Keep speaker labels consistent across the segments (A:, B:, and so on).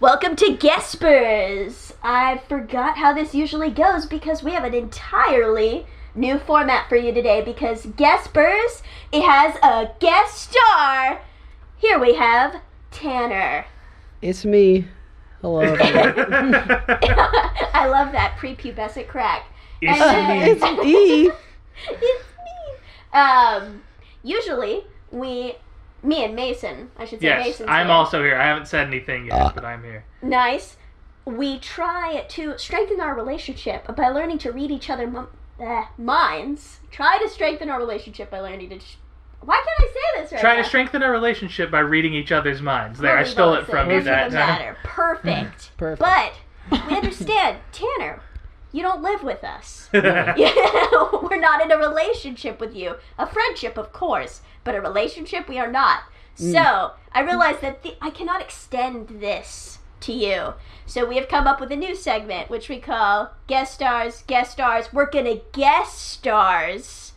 A: Welcome to Guespers! I forgot how this usually goes because we have an entirely new format for you today because Guespers, it has a guest star. Here we have Tanner.
B: It's me. Hello. everyone.
A: I love that prepubescent crack.
C: It's
A: And
B: it's
A: then-
B: me.
A: it's me. Um, usually we, me and Mason, I should say
C: yes,
A: Mason's
C: I'm
A: here.
C: also here. I haven't said anything yet,
B: Ah.
C: but I'm here.
A: nice. We try to strengthen our relationship by learning to read each other's minds. Try to strengthen our relationship by learning to. Sh- Why can't I say this right?
C: Try
A: now?
C: to strengthen our relationship by reading each other's minds. There,
A: Well,
C: I
A: we've
C: stole
A: always
C: it
A: said
C: from you
A: doesn't
C: that time.
A: matter. Perfect.
B: Perfect.
A: But we understand, Tanner. You don't live with us.
C: Yes.
A: We're not in a relationship with you. A friendship, of course, but a relationship we are not. So I realize that the, I cannot extend this to you. So we have come up with a new segment, which we call guest stars, guest stars. We're gonna guest stars,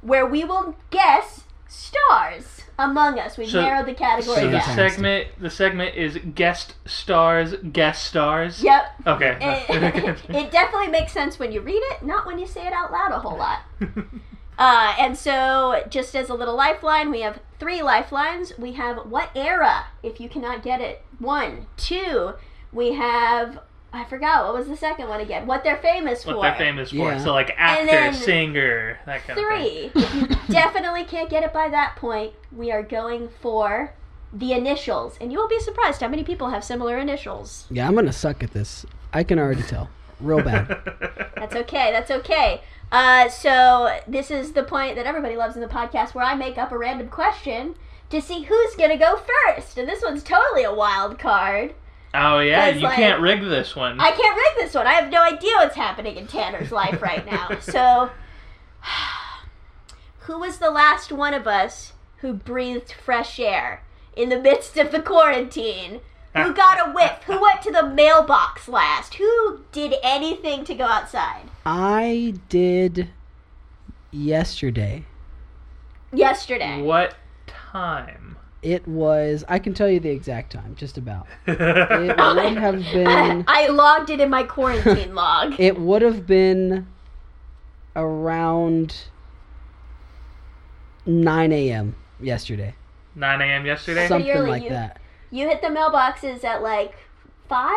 A: where we will guess stars among us. We've
C: So-
A: narrowed the category
C: So the
A: down.
B: Fantastic.
C: segment, the segment is guest stars, guest stars.
A: Yep.
C: Okay.
A: it, it definitely makes sense when you read it, not when you say it out loud a whole lot. Uh, and so, just as a little lifeline, we have three lifelines. We have what era, if you cannot get it. One, two. We have I forgot what was the second one again. What they're famous
C: what
A: for.
C: they're famous for.
B: Yeah.
C: So like actor,
A: then
C: singer, that kind of thing.
A: Three. if you definitely can't get it by that point, we are going for the initials, and you will be surprised how many people have similar initials.
B: Yeah, I'm gonna suck at this. I can already tell. Real bad.
A: That's okay. That's okay. Uh, so this is the point that everybody loves in the podcast, where I make up a random question to see who's gonna go first. And this one's totally a wild card.
C: Oh yeah,
A: That's
C: you
A: like-
C: can't rig this one.
A: I can't rig this one. I have no idea what's happening in Tanner's life right now. So, who was the last one of us who breathed fresh air in the midst of the quarantine? Who got a whiff? Who went to the mailbox last? Who did anything to go outside?
B: I did yesterday.
A: Yesterday.
C: What time?
B: It was. I can tell you the exact time, just about. It would have been.
A: I logged it in my quarantine log.
B: It would have been around 9 a.m. yesterday,
C: 9 a.m. yesterday.
A: Some-
B: something
A: early,
B: like
A: you-
B: that.
A: You hit the mailboxes at like five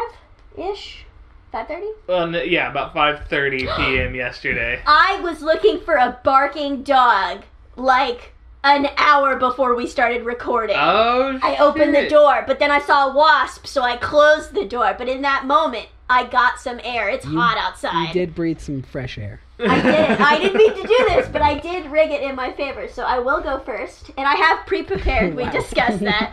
A: ish, five thirty.
C: Well, n- yeah, about 5:30 p.m. yesterday.
A: I was looking for a barking dog like an hour before we started recording.
C: Oh.
A: I opened the
C: shit.
A: door, but then I saw a wasp, so I closed the door. But in that moment, I got some air. It's hot outside.
B: You did breathe some fresh air.
A: I did. I didn't mean to do this, but I did rig it in my favor, so I will go first. And I have pre-prepared. We
B: Wow.
A: discussed that.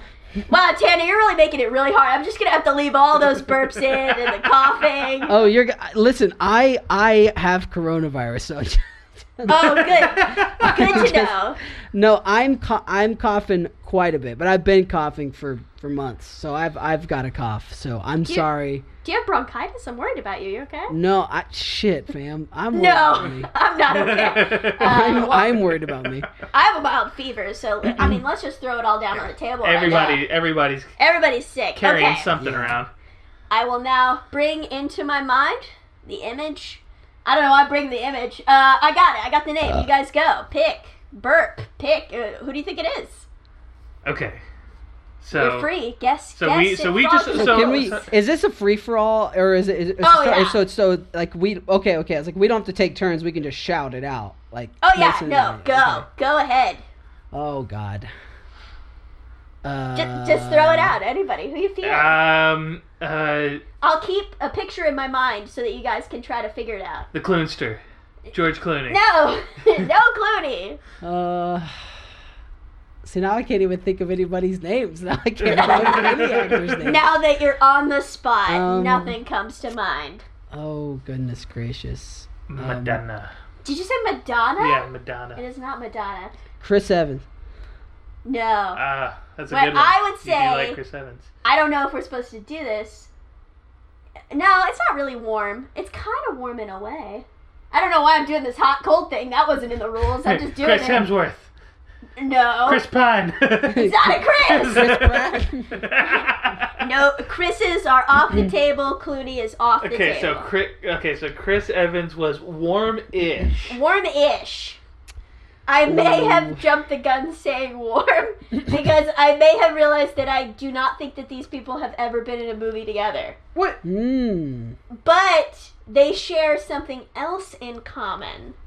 A: Wow, Tana, you're really making it really hard. I'm just gonna have to leave all those burps in and the coughing. Oh,
B: Oh, you're. g- Listen, I I have coronavirus, so.
A: Oh, good. Good to know.
B: No, I'm cou- I'm coughing quite a bit, but I've been coughing for for months, so I've I've got a cough. So I'm sorry.
A: Do you have bronchitis? I'm worried about you. You okay?
B: No, I shit, fam. I'm worried about me.
A: No, I'm not okay.
B: I'm,
A: well-
B: I'm worried about me.
A: I have a mild fever, so I mean, let's just throw it all down on the table. right
C: Everybody,
A: now.
C: everybody's
A: everybody's sick.
C: carrying
A: okay.
C: something
B: Yeah.
C: around.
A: I will now bring into my mind the image. I don't know. why I bring the image. Uh, I got it. I got the name.
B: Uh.
A: you guys go. Pick. Burp. Pick. Uh, who do you think it is?
C: Okay.
A: You're
C: So
A: free. Guess.
C: so
A: guess
C: we-
A: it,
C: so we
A: frog.
C: just-
B: So,
C: So-
B: can we?
C: so-
B: Is this a free for all, or is it? Is, is-
A: Oh,
B: so,
A: yeah.
B: so so like we okay okay. It's like we don't have to take turns. We can just shout it out. Like
A: Oh yeah.
B: Mason and
A: No.
B: I,
A: Go.
B: okay.
A: Go ahead.
B: Oh god. Uh,
A: Just, just throw it out. Anybody. Who you feel?
C: um uh
A: I'll keep a picture in my mind so that you guys can try to figure it out.
C: the Cloonster, George Clooney.
A: No. no Clooney.
B: Uh, see now I can't even think of anybody's names. Now I can't remember any actors' names.
A: Now that you're on the spot,
B: Um,
A: nothing comes to mind.
B: Oh goodness gracious,
C: Madonna.
A: Did you say Madonna?
C: yeah,
A: It
C: Madonna.
A: is not Madonna.
B: Chris Evans.
A: No.
C: Ah, that's a
A: But
C: good one.
A: I would
C: You do
A: say-
C: like Chris Evans.
A: I don't know if we're supposed to do this. No, it's not really warm. It's kind of warm in a way. I don't know why I'm doing this hot cold thing. That wasn't in the rules. I'm just doing
C: Chris
A: it. Oh.
C: Hemsworth.
A: No.
C: Chris Pine.
A: It's not a Chris.
B: Chris Pratt.
A: No, Chris's are off the table. Clooney is off the
C: Mm-hmm. Okay, so
A: table.
C: Chris, okay, so Chris Evans was warm-ish.
A: warm-ish. I may
B: Ooh.
A: have jumped the gun saying warm because I may have realized that I do not think that these people have ever been in a movie together.
C: What?
B: Mm.
A: But they share something else in common.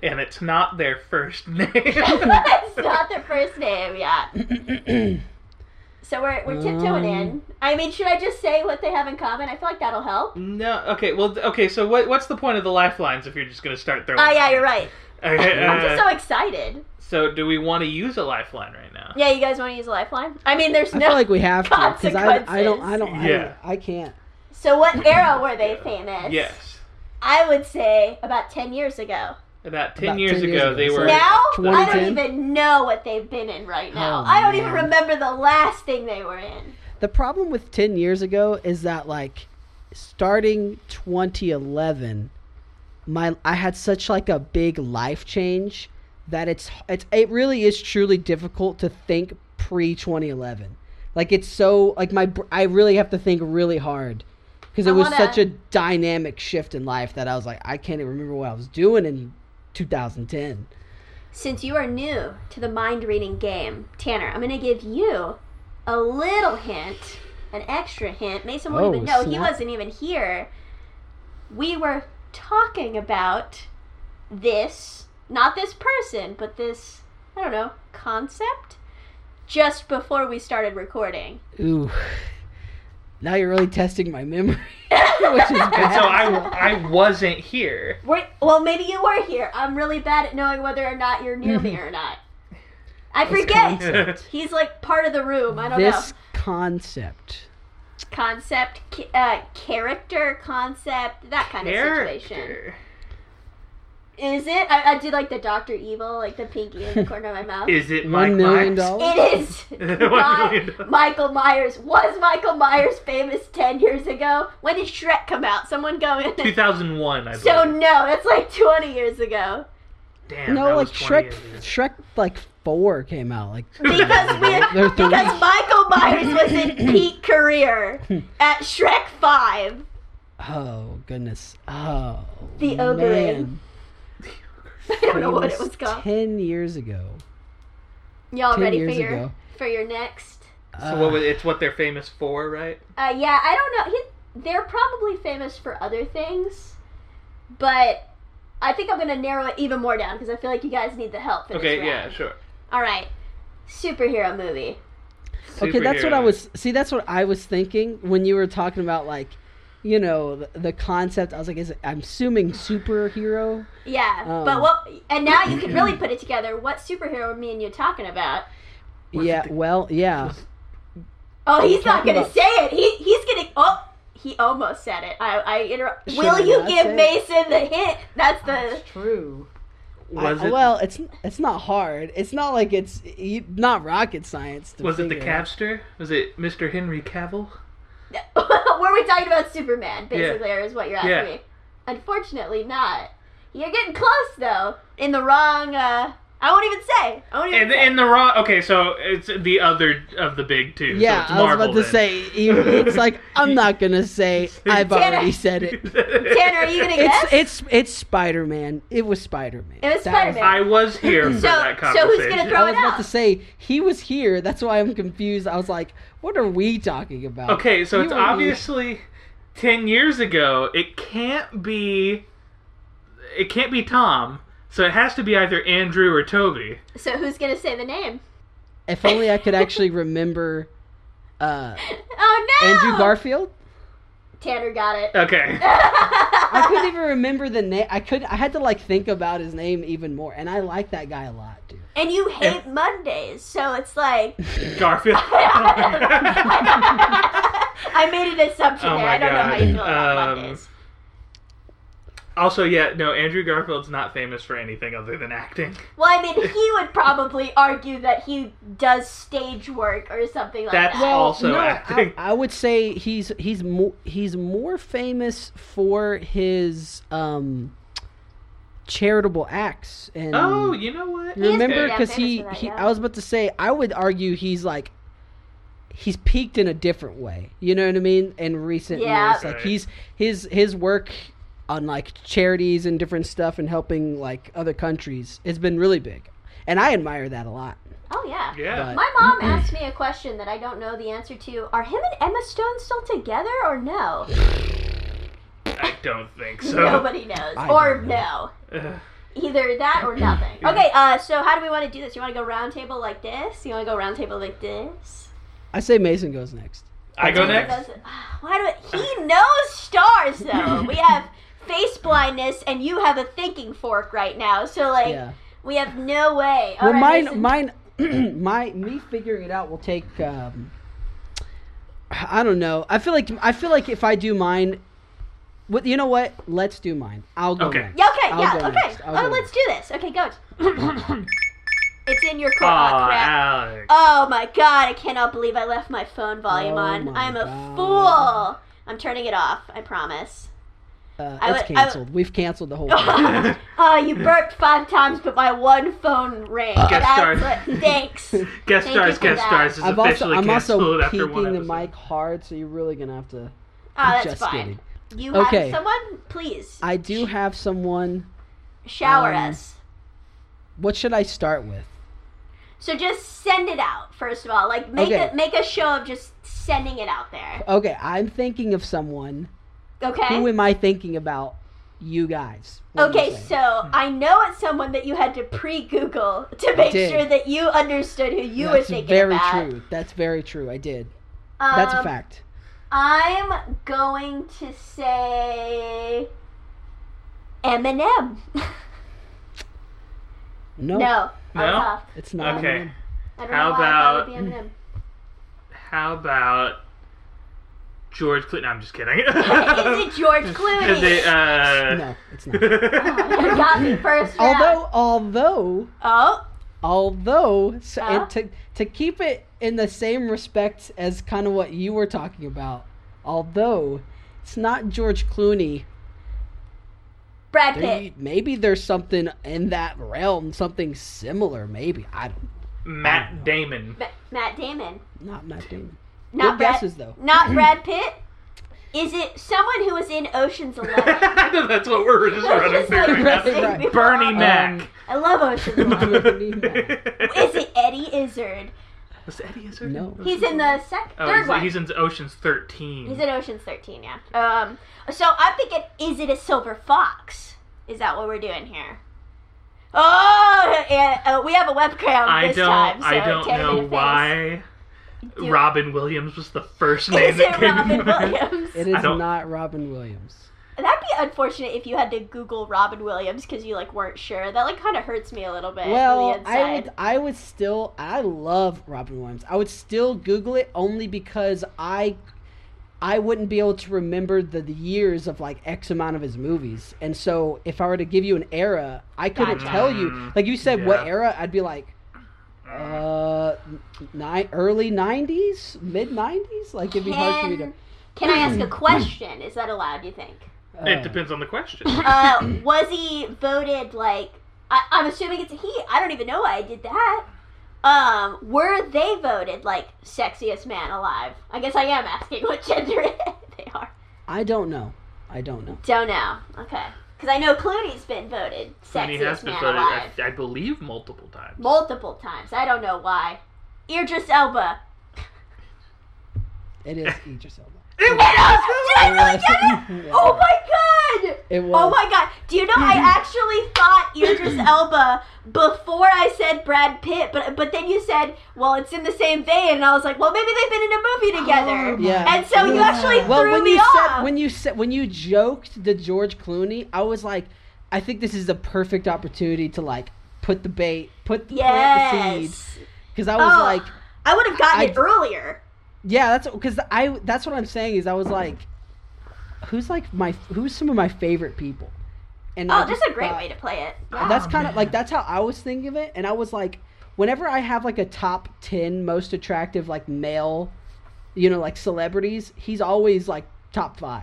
C: And it's not their first name.
A: it's not the first name, yeah. So we're, we're tiptoeing in.
B: Um.
A: I mean, should I just say what they have in common? I feel like that'll help.
C: No. Okay. Well. th- Okay. So what? What's the point of the lifelines if you're just gonna start throwing?
A: Oh, yeah, you're right.
C: Okay,
A: I'm just
C: uh,
A: so excited.
C: so do we want to use a lifeline right now?
A: Yeah, you guys want to use a lifeline? I mean, there's
B: I
A: no.
B: feel like we have to because I, I don't I don't I,
C: Yeah.
B: don't- I can't.
A: So, what era were they famous?
C: Yes.
A: I would say about 10 years ago.
C: About ten,
B: About
C: years,
B: 10 years
C: ago,
B: ago,
C: they
B: so-
C: were.
A: Now, I
B: 2010?
A: don't even know what they've been in right now.
B: Oh,
A: I don't even
B: man.
A: remember the last thing they were in.
B: The problem with 10 years ago is that like starting 2011 my I had such like a big life change that it's it's it really is truly difficult to think pre 2011. Like it's so like my br- I really have to think really hard because it
A: I
B: was
A: wanna-
B: such a dynamic shift in life that I was like I can't even remember what I was doing in 2010.
A: Since you are new to the mind reading game, Tanner, I'm going to give you a little hint, an extra hint. Mason won't
B: Oh,
A: even know. He
B: snap.
A: wasn't even here. We were talking about this, not this person, but this, I don't know, concept just before we started recording.
B: Ooh. Now you're really testing my memory, which is
C: And
B: bad.
C: so I, I wasn't here.
A: Were, well, maybe you were here. I'm really bad at knowing whether or not you're near me or not. I forget. He's like part of the room. I don't
B: this
A: know.
B: concept.
A: Concept, ca- uh, character, concept, that kind of situation.
C: Character.
A: Is it? I, I did like the Doctor Evil, like the pinky in the corner of my mouth.
C: Is it Mike
B: One million
C: Myers?
B: dollars.
A: It is
C: One
A: not
C: million dollars.
A: Michael Myers. Was Michael Myers famous 10 years ago? When did Shrek come out? Someone go in.
C: 2001, I believe.
A: So, no, that's like 20 years ago.
C: Damn, that
B: no, like
C: was 20
B: Shrek.
C: years ago.
B: Shrek like four came out. Like
A: Because we,
B: They're three.
A: because Michael Myers was in peak career at Shrek Five.
B: oh goodness. Oh.
A: The Ogre.
B: man.
A: I don't know what
B: Famous
A: it was called.
B: Ten years ago.
A: Y'all
B: 10
A: ready for
B: years
A: your
B: ago.
A: for your next?
C: So
B: uh,
C: what was, it's what they're famous for, right?
A: Uh, yeah, I don't know. He, they're probably famous for other things, but I think I'm gonna narrow it even more down because I feel like you guys need the help. For
C: Okay,
A: this
C: yeah,
A: round.
C: sure.
A: All right, superhero movie.
B: okay, that's what I
C: Superhero.
B: was. See, that's what I was thinking when you were talking about like, you know, the, the concept. I was like, is it, I'm assuming superhero.
A: Yeah,
B: Um,
A: but what? And now you can really put it together. What superhero me and you talking about?
C: Was
B: yeah.
C: it the-
B: well, yeah.
A: Oh, he's not
B: talking
A: gonna
B: about-
A: say it. He he's gonna. Oh, he almost said it. I I interrupt.
B: Should
A: Will
B: I
A: you
B: not
A: give
B: say it?
A: Mason the hint? That's the.
D: That's true.
C: Was
B: I-
C: it
B: Well, it's it's not hard. It's not like it's you- not rocket science. To
C: was it the
B: figure out.
C: Capster? Was it Mr. Henry Cavill?
A: Were we talking about Superman? Basically, is what you're asking
C: Yeah.
A: me. Unfortunately, not. You're getting close though. In the wrong. uh I won't even say. I won't even.
C: And
A: say.
C: in the wrong. Okay, so it's the other of the big two. so
B: Yeah,
C: it's
B: I was about
C: Marvel
B: to say. you- It's like I'm not gonna say. I've
A: Tanner.
B: already said it.
C: then.
A: Tanner, are you gonna guess?
B: It's it's it's Spider Man. It was Spider Man.
A: It was Spider-Man.
C: I was here for
A: So-
C: that
A: so
C: conversation.
A: who's gonna throw-
B: I was
A: it
B: about
A: out.
B: to say he was here. That's why I'm confused. I was like, what are we talking about?
C: Okay, so
B: You
C: it's
B: and me.
C: obviously ten years ago. It can't be. It can't be Tom. So it has to be either Andrew or Toby.
A: so who's gonna say the name?
B: If only I could actually remember. Uh,
A: Oh no!
B: Andrew Garfield.
A: Tanner got it.
C: Okay.
B: I couldn't even remember the name. I could. I had to like think about his name even more. And I like that guy a lot, dude.
A: And you hate Mondays, so it's like
C: Garfield.
A: I made an assumption
C: Oh
A: there.
C: my
A: I don't know how you feel about
C: God. Um,
A: Mondays.
C: also, yeah, no, Andrew Garfield's not famous for anything other than acting.
A: Well, I mean, he would probably argue that he does stage work or something like
C: That's-
A: that.
C: Well, also
B: I-
C: acting.
B: I, would say he's he's more he's more famous for his um charitable acts and
C: Oh, you know what?
A: is
B: Mm. remember
A: pretty
B: because
A: famous
B: he,
A: for that,
B: he
A: yeah.
B: i was about to say i would argue he's like he's peaked in a different way you know what i mean in recent
A: Yeah.
B: years like
C: Right.
B: he's his his work on like charities and different stuff and helping like other countries has been really big and i admire that a lot
A: Oh yeah.
C: Yeah. Mm-hmm.
A: My mom asked me a question that I don't know the answer to. Are him and Emma Stone still together or no?
C: I don't think so.
A: Nobody knows.
B: I
A: or
B: don't know.
C: Ugh.
A: no. Either that or nothing.
C: Yeah.
A: Okay, uh, so how do we want to do this? You want to go round table like this? You want to go round table like this?
B: i say mason goes next
C: I go
A: Who
C: next.
A: does it? Why do it? He knows stars though. we have face blindness, and you have a thinking fork right now. So like,
B: yeah
A: we have no way. All
B: well
A: right,
B: mine
A: Mason.
B: mine my me figuring it out will take um i don't know i feel like i feel like if i do mine what you know what let's do mine i'll go
C: Okay.
B: next.
A: Yeah, okay,
B: I'll
A: yeah,
B: go
A: okay.
B: next. I'll
A: Oh,
B: go
A: let's do this. Okay, go. it's in your
C: Oh,
A: core. Oh, crap.
C: Alex.
A: Oh my god, I cannot believe I left my phone volume
B: Oh
A: on.
B: my
A: I'm a
B: God.
A: fool. I'm turning it off, I promise.
B: Uh, it's
A: I would- I would-
B: canceled. We've canceled the whole thing.
A: oh, you burped five times, but my one phone rang.
C: Guest star.
A: what- thanks. Oh, Thank
C: guest stars,
A: you for
C: guest
A: that.
C: stars is
B: I've also,
C: officially
B: I'm
C: canceled
B: also
C: after one
B: peeking the
C: episode.
B: mic hard, so you're really gonna have to.
A: Ah,
B: I'm
A: that's
B: just
A: fine.
B: kidding.
A: You
B: Okay.
A: have someone? Please
B: I do have someone.
A: shower
B: um,
A: us.
B: What should I start with?
A: So just send it out, first of all. Like make
B: Okay.
A: a make a show of just sending it out there.
B: Okay, I'm thinking of someone.
A: Okay.
B: Who am I thinking about? You guys. What do you Hmm.
A: Okay,
B: say?
A: so I know it's someone that you had to pre-Google to make
B: did.
A: sure that you understood who you were
B: That's
A: thinking
B: very
A: about.
B: true. That's very true. I did. That's a
A: Um,
B: fact.
A: I'm going to say Eminem.
B: No,
A: no, no,
C: No?
B: it's not.
C: Okay.
A: I don't
C: How
A: know why I thought
C: about-
A: it would be Eminem.
C: How about George Clooney? No, I'm just kidding.
A: Is it George Clooney?
C: Is it, uh...
B: No, it's not.
A: Oh, you got me first round.
B: although, although,
A: oh,
B: although, so,
A: Huh?
B: and to to keep it in the same respect as kind of what you were talking about, although it's not George Clooney.
A: Brad
B: there-
A: Pitt.
B: maybe there's something in that realm, something similar. Maybe I don't.
C: Matt Damon.
A: Ma- Matt Damon.
B: Not Matt Damon.
A: Not
B: Good
A: Brad.
B: guesses though.
A: Not Brad Pitt. Is it someone who was in Ocean's Eleven?
C: I know that's what we're just running
A: Just
C: through
A: like
C: right now.
B: Right,
A: saying
B: right.
A: before.
C: Bernie Mac.
B: Um,
A: I love Ocean's Eleven.
B: Bernie Mac.
A: Is it Eddie Izzard?
C: Was Eddie Izzard?
B: No.
A: He's in the sec-
C: Oh,
A: third
C: he's,
A: one.
C: he's in Ocean's 13.
A: He's in Ocean's Thirteen, yeah. Um, so I'm thinking, is it a silver fox? Is that what we're doing here? Oh, and, uh, we have a webcam
C: I
A: this
C: don't,
A: time. So
C: I don't
A: tear it in
C: know
A: the face.
C: why
A: Do it.
C: Robin Williams was the first name
A: Is
C: that
A: it
C: came
A: Robin
C: to mind.
A: Williams?
B: It
C: I
B: is
C: don't-
B: not Robin Williams.
A: That'd be unfortunate if you had to Google Robin Williams because you like weren't sure. That like kind of hurts me a little bit. on the
B: Well,
A: inside.
B: I would, I would still, I love Robin Williams. I would still Google it only because I, I wouldn't be able to remember the, the years of like X amount of his movies. And so, if I were to give you an era, I couldn't
A: Gotcha.
B: tell you.
C: Mm,
B: Like you said, what
C: yeah.
B: era? I'd be like, uh, nine, early '90s, mid '90s. Like it'd be hard for me to.
A: Can, can I ask a question? Is that allowed? Do you think?
B: uh,
C: It depends on the question.
A: Uh, was he voted like? I, I'm assuming it's a he. I don't even know why I did that. Um, were they voted like sexiest man alive? I guess I am asking what gender they are.
B: I don't know. I don't know.
A: Don't know. Okay, because I know Clooney's been voted
C: and he
A: sexiest
C: has been
A: man
C: voted,
A: alive
C: I, I believe, multiple times.
A: multiple times. I don't know why. Idris Elba.
B: It is Idris Elba.
A: It was. Did I really
B: Elba!
A: get it?
B: Yeah.
A: Oh my god!
B: It was.
A: Oh my god! Do you know
B: Mm-hmm.
A: I actually thought Idris Elba before I said Brad Pitt, but but then you said, well, it's in the same vein, and I was like, well, maybe they've been in a movie together.
B: Oh, Yeah.
A: And so you actually
B: Well,
A: threw
B: when
A: me
B: you
A: off.
B: said when you said when you joked the George Clooney, I was like, I think this is the perfect opportunity to like put the bait, put the plant the seed,
A: yes.
B: because I was
A: Oh.
B: like,
A: I would have gotten
B: I-
A: it earlier.
B: yeah, that's because I that's what I'm saying is I was like, who's like my who's some of my favorite people, and I
A: Oh, that's
B: just
A: a great
B: thought-
A: way to play it.
B: And uh, that's kind of like that's how I was thinking of it, and I was like, whenever I have like a top ten most attractive like male, you know, like celebrities, he's always like top five.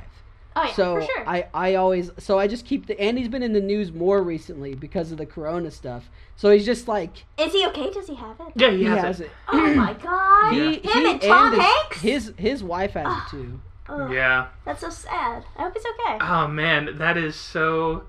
A: Oh yeah,
B: so
A: for sure.
B: I, I always so I just keep the and he's been in the news more recently because of the corona stuff. So he's just like
A: Is he okay? Does he have it?
C: Yeah, he,
B: he,
C: has,
B: has
C: it.
B: it.
A: Oh my god.
B: He,
A: Him
B: he
A: and Tom
B: his-
A: Hanks? Oh.
B: His his wife has it too.
A: Ugh,
C: Yeah.
A: That's so sad. I hope he's okay.
C: Oh man, that is so.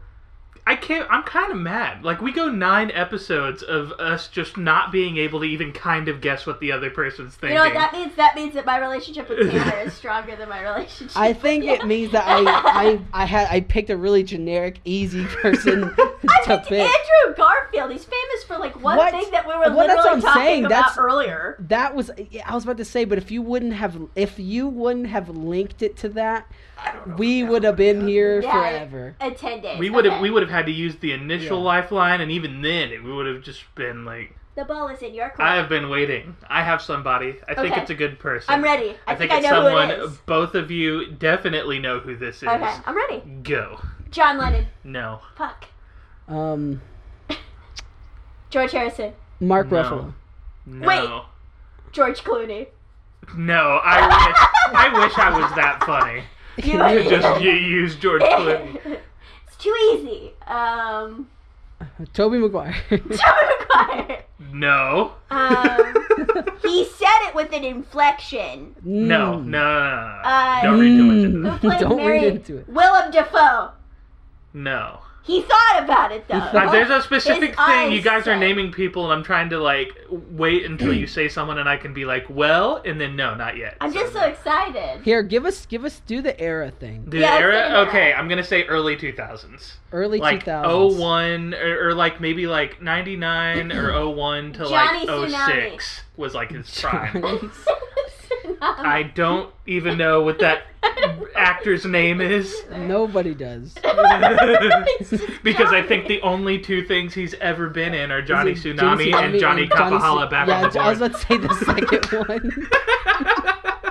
C: I can't. I'm kind of mad. Like we go nine episodes of us just not being able to even kind of guess what the other person's
A: you
C: thinking.
A: know what that means? That means that my relationship with Tanner is stronger than my relationship.
B: I think
A: with
B: it means that I I I had I picked a really generic easy person
A: I
B: to
A: picked
B: pick.
A: Andrew Garfield. He's famous for like one
B: What?
A: thing that we were
B: Well,
A: literally
B: that's what I'm
A: talking
B: saying.
A: about
B: That's-
A: earlier.
B: That was yeah, I was about to say, but if you wouldn't have if you wouldn't have linked it to that,
C: I don't know if
B: we
C: that
B: would have been here
A: Yeah.
B: forever.
A: In ten days.
C: We would have.
A: Okay.
C: We would have had to use the initial
B: Yeah.
C: lifeline, and even then, it, we would have just been like,
A: The ball is in your court.
C: "I have been waiting. I have somebody. I think
A: Okay.
C: it's a good person.
A: I'm ready. I,
C: I, think,
A: I
C: it's
A: know
C: someone.
A: who it is.
C: Both of you definitely know who this is.
A: Okay, I'm ready.
C: Go.
A: John Lennon.
C: No.
A: Fuck.
B: Um,
A: George Harrison.
B: Mark
C: No.
B: Ruffalo.
C: No.
A: Wait. George Clooney.
C: No. I wish. I wish I was that funny.
A: You-
C: I could just you use George Clooney.
A: it's too easy. Um,
B: Toby Maguire.
A: Tobey Maguire.
C: No.
A: Um, he said it with an inflection.
C: No, no, no, no,
B: Mm.
C: no.
A: Uh,
C: Don't read too much into
A: Who
C: that.
A: played
B: Don't read
A: Mary?
B: into it.
A: Willem Dafoe.
C: No.
A: He thought about it though.
C: Uh, there's a specific
A: His
C: thing you
A: eyes
C: guys are
A: said-
C: naming people, and I'm trying to like wait until you say someone, and I can be like, well, and then no, not yet.
A: I'm just so excited.
B: Here, give us give us do the era thing.
C: the
A: Yeah, I'd say
C: era.
A: that.
C: Okay, I'm gonna say early 2000s,
B: Early
C: like oh,
B: 2000s.
C: 01 or, or like maybe like 99 or 01 to
A: Johnny
C: like
A: Tsunami.
C: 06 was like his prime. I
A: I
C: don't even know what that actor's name is.
B: Nobody does.
C: because I think the only two ththings he's ever been in are Johnny
B: Is it
C: Tsunami and Johnny Kapahala
B: Tsu-
C: back
B: yeah,
C: on the
B: I was
C: board.
B: about to say the second one.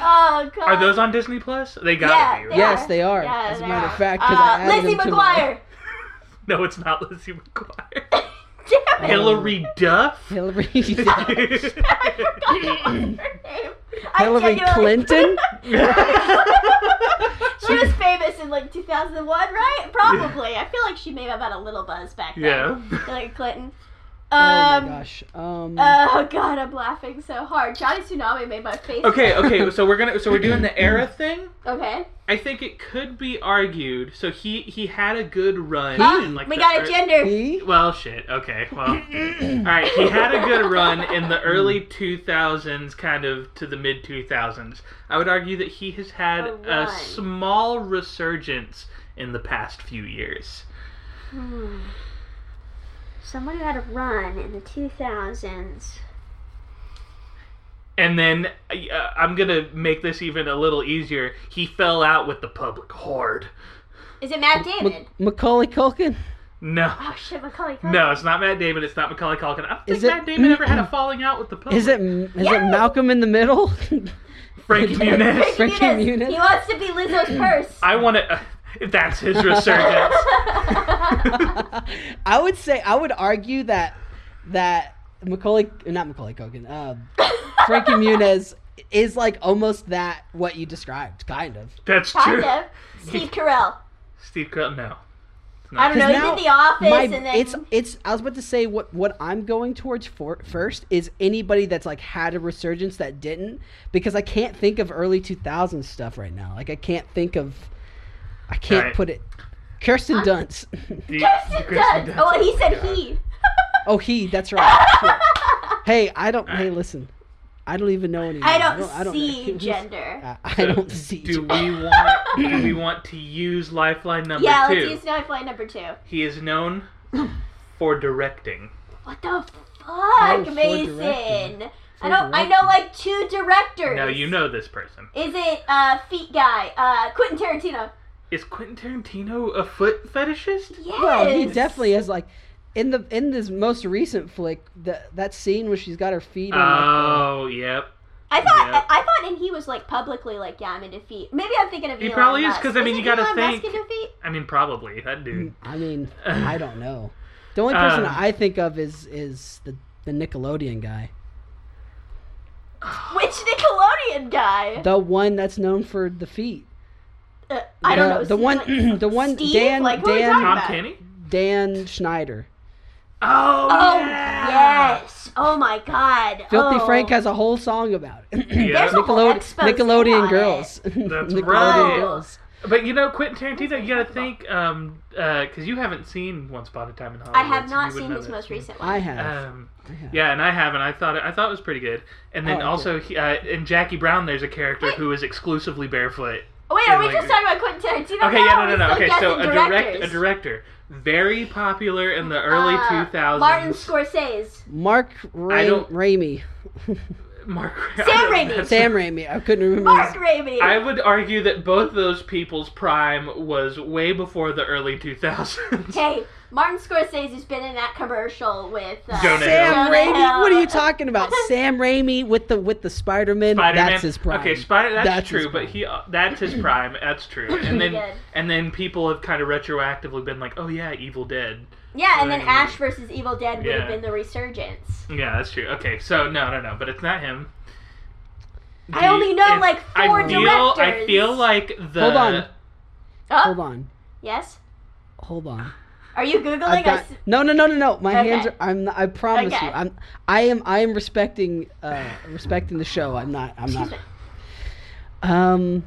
A: Oh god.
C: Are those on Disney Plus? They
A: Yeah,
C: gotta be.
A: they
C: right?
B: Yes, they are,
A: Yeah,
B: as a
A: they
B: matter of
A: are.
B: fact, 'cause
A: uh,
B: I added
A: Lizzie
B: them to my-
A: McGuire.
C: No, it's not Lizzie McGuire.
A: Damn it.
C: Hillary Duff.
B: Hillary Oh
A: I forgot about her name. I
B: Hillary
A: genuinely-
B: Clinton.
A: she was famous in like 2001, right? Probably. I feel like she may have had a little buzz back then.
C: yeah.
A: Hillary Clinton. Um,
B: oh my gosh. Um,
A: Oh god, I'm laughing so hard. Johnny Tsunami made my face.
C: Okay, okay. So we're gonna. So we're doing the era thing.
A: Okay.
C: I think it could be argued. So he he had a good run.
A: Oh,
C: in, like,
A: we
C: the
A: got a
C: ear-
A: gender.
B: he-
C: Well, shit. Okay. Well, all right. He had a good run in the early 2000s, kind of to the mid 2000s. I would argue that he has had
A: A
C: a,
A: run.
C: small resurgence in the past few years.
A: Hmm. Someone who had a run in the 2000s.
C: And then I- uh, I'm gonna make this even a little easier. He fell out with the public horde.
A: Is it Matt
B: Ma-
A: Damon?
B: Macaulay Culkin.
C: No.
A: oh shit, Macaulay Culkin.
C: No, it's not Matt Damon. It's not Macaulay Culkin. I don't think
B: Is it-
C: Matt Damon ever had a falling out with the public.
B: Is it is
A: Yeah.
B: it Malcolm in the Middle?
C: Frank Muniz?
A: Frankie
B: Frankie
A: Muniz.
B: Muniz?
A: He wants to be Lizzo's purse.
C: I want to. that's his resurgence.
B: I would say I would argue that that Macaulay not Macaulay Culkin, uh, Frankie Muniz is like almost that what you described, kind of.
C: That's
A: kind
C: true.
A: of. Steve Carell.
C: Steve Carell. No.
A: I don't know.
B: 'Cause
A: He's
B: now
A: in the office,
B: my-
A: and then
B: it's it's I was about to say what what I'm going towards for first is anybody that's like had a resurgence that didn't because I can't think of early 2000s stuff right now. Like I can't think of I can't
C: Alright.
B: put it Kirsten Dunst.
C: The-
A: Kirsten
C: Kirsten
A: Dunst.
C: Dunst.
A: Oh, well, he said
C: God.
A: he.
B: oh, he, that's right. Shit. hey, I don't hey, listen. I don't even know anymore.
A: I don't,
B: I don't
A: see
B: who's- I,
A: gender.
B: I don't see
C: Do
B: gender.
C: we want? do we want to use lifeline number
A: yeah,
C: two?
A: let's use Snowflight number two.
C: He is known for directing.
A: What the
B: Oh,
A: fuck,
B: for
A: Mason?
B: directing.
A: I don't. I know like two directors.
C: Now you know this person.
A: Is it uh feet guy? Uh, Quentin Tarantino.
C: Is Quentin Tarantino a foot fetishist?
A: Yes.
B: Well, he definitely is like in the in this most recent flick, the, that scene where she's got her feet on like, the-
C: Oh, yep.
A: I thought.
C: Yeah.
A: I, I thought, and he was like publicly like, yeah, I'm into feet. Maybe I'm thinking of.
C: He
A: Elon
C: probably is,
A: Musk.
C: 'cause, I mean, you
A: Isn't
C: gotta
A: Elon Musk
C: think-
A: into feet?
C: I mean, probably that
A: Mm.
C: dude.
B: I mean, I don't know. The only person
C: Um,
B: I think of is is the the Nickelodeon guy,
A: Which Nickelodeon guy?
B: the one that's known for the feet.
A: Uh, don't
B: the,
A: know.
B: the one,
A: Steve-
B: the one,
A: Steve?
B: Dan,
A: Like, who are we
B: Dan,
A: talking
C: Tom
A: about?
C: Kenny?
B: Dan Schneider.
C: Oh,
A: Oh
C: yeah.
A: yes! Oh my God!
B: Filthy
A: oh.
B: Frank has a whole song about it.
A: There's a-
C: Yeah.
A: whole
B: Nickelode-
A: expose on eh?
B: Nickelodeon
A: it.
B: Girls. Nickelodeon
C: right.
B: Girls.
C: But you know, Quentin Tarantino, you gotta think, um, uh, because you haven't seen Once Upon a Time in Hollywood.
A: I have
C: so
A: not
C: you wouldn't
A: seen
C: know
A: his
C: that.
A: most recent one.
B: I have.
C: Um,
B: I have.
C: yeah, and I haven't. I thought it, I thought it was pretty good. And
B: I
C: then
B: liked
A: Oh,
C: also, he, uh, in Jackie Brown, there's a character
A: Wait.
C: who is exclusively barefoot.
A: Oh, wait, are we
C: Yeah,
A: just
C: like-
A: talking about Quentin Tarantino?
C: Okay, yeah,
A: we're
C: no, no, no.
A: still
C: Okay, so a
A: guessing
C: direct,
A: directors.
C: a director, very popular in the early
A: Uh,
C: 2000s.
A: Martin Scorsese.
B: Mark Ra-
C: I don't-
B: Raimi.
C: Mark
A: Sam Raimi.
C: that's-
B: Sam Raimi. I couldn't remember.
A: Mark
B: his-
A: Raimi.
C: I would argue that both those people's prime was way before the early 2000s.
A: Hey, Martin Scorsese's been in that commercial with uh,
C: Jonah
B: Sam
A: Jonah
B: Raimi.
A: Hill.
B: What are you talking about? Sam Raimi with the with the Spider Man.
C: Spider-Man.
B: That's his prime.
C: Okay, Spider. That's,
B: That's his
C: true, but
B: prime.
C: he that's his prime. That's true. And then
A: Pretty good.
C: and then people have kind of retroactively been like, oh yeah, Evil Dead.
A: Yeah, and then
C: Raimi.
A: Ash versus Evil Dead would
C: Yeah.
A: have been the resurgence.
C: Yeah, that's true. Okay, so no, no, no, but it's not him.
A: I only know,
C: if-
A: like, four
C: I feel, I
A: directors.
C: feel like the
B: Hold on.
A: Oh,
B: Hold on.
A: yes.
B: Hold on.
A: Are you googling
B: I've got,
A: us?
B: no, no, no, no, no. My
A: Okay.
B: hands are. I'm. not- I promise
A: Okay.
B: you. I'm. I am. I am respecting. Uh, respecting the show. I'm not. I'm not.
A: Excuse me.
B: Um,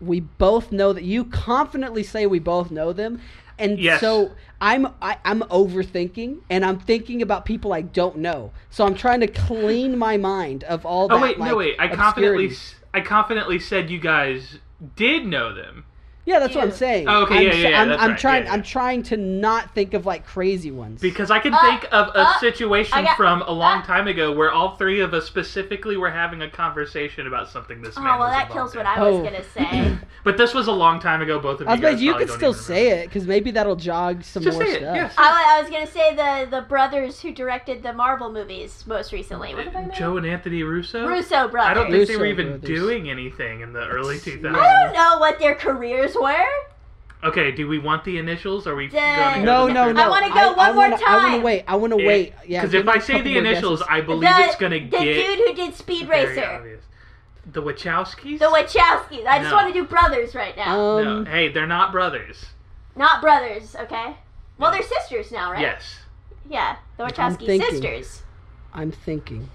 B: we both know that you confidently say we both know them, and
C: Yes.
B: so I'm. I, I'm overthinking, and I'm thinking about people I don't know. So I'm trying to clean my mind of all.
C: Oh
B: that,
C: wait, no
B: like,
C: wait. I
B: obscurity.
C: confidently s- I confidently said you guys did know them.
B: Yeah, that's what I'm
A: Yeah.
B: saying.
C: Oh, okay,
B: I'm,
C: yeah,
B: sa-
C: yeah, yeah,
B: I'm,
C: that's
B: I'm
C: right,
B: trying.
C: yeah,
B: I'm
C: yeah.
B: trying to not think of like crazy ones.
C: Because I can
A: Uh,
C: think of a
A: uh, I
C: situation
A: got-
C: from a long
A: uh.
C: time ago where all three of us specifically were having a conversation about something this
A: Oh
C: man
A: well,
C: was
A: that kills
C: involved in.
A: what I
B: Oh.
A: was gonna say.
C: But this was a long time ago. Both of
B: I was
C: you
B: like,
C: guys
B: you
C: probably
B: could
C: don't
B: still
C: even
B: say it because maybe that'll jog some
C: Just
B: more
C: say it,
B: stuff.
C: yes.
A: I, I was gonna say the the brothers who directed the Marvel movies most recently. What
C: remember.
A: about
C: Joe and Anthony Russo.
A: Russo brothers.
C: I don't think they
B: Russo
C: were even
B: brothers.
C: doing anything in the early
B: It's-
C: 2000s.
A: I don't know what their careers were.
C: Okay, do we want the initials? Are we
A: Duh.
C: going to
B: No,
C: go
B: no,
C: to
B: no.
A: I wanna go one
B: I
A: more
B: wanna- I want
A: time.
B: to wait. I want to wait. Yeah.
C: Because
B: give
C: if
B: me a
C: I say
B: couple
C: the
B: more guesses.
C: initials, I believe
A: the,
C: it's going to
A: the
C: get
A: dude who did Speed
C: very
A: Racer,
C: obvious. The Wachowskis?
A: the Wachowskis. I just
C: No.
A: want to do brothers right now,
C: No,
B: Um,
C: hey, they're not brothers.
A: not brothers. Okay. Well, they're sisters now, right?
C: Yes.
A: Yeah, the
B: I'm
A: Wachowski
B: thinking.
A: sisters.
B: I'm thinking.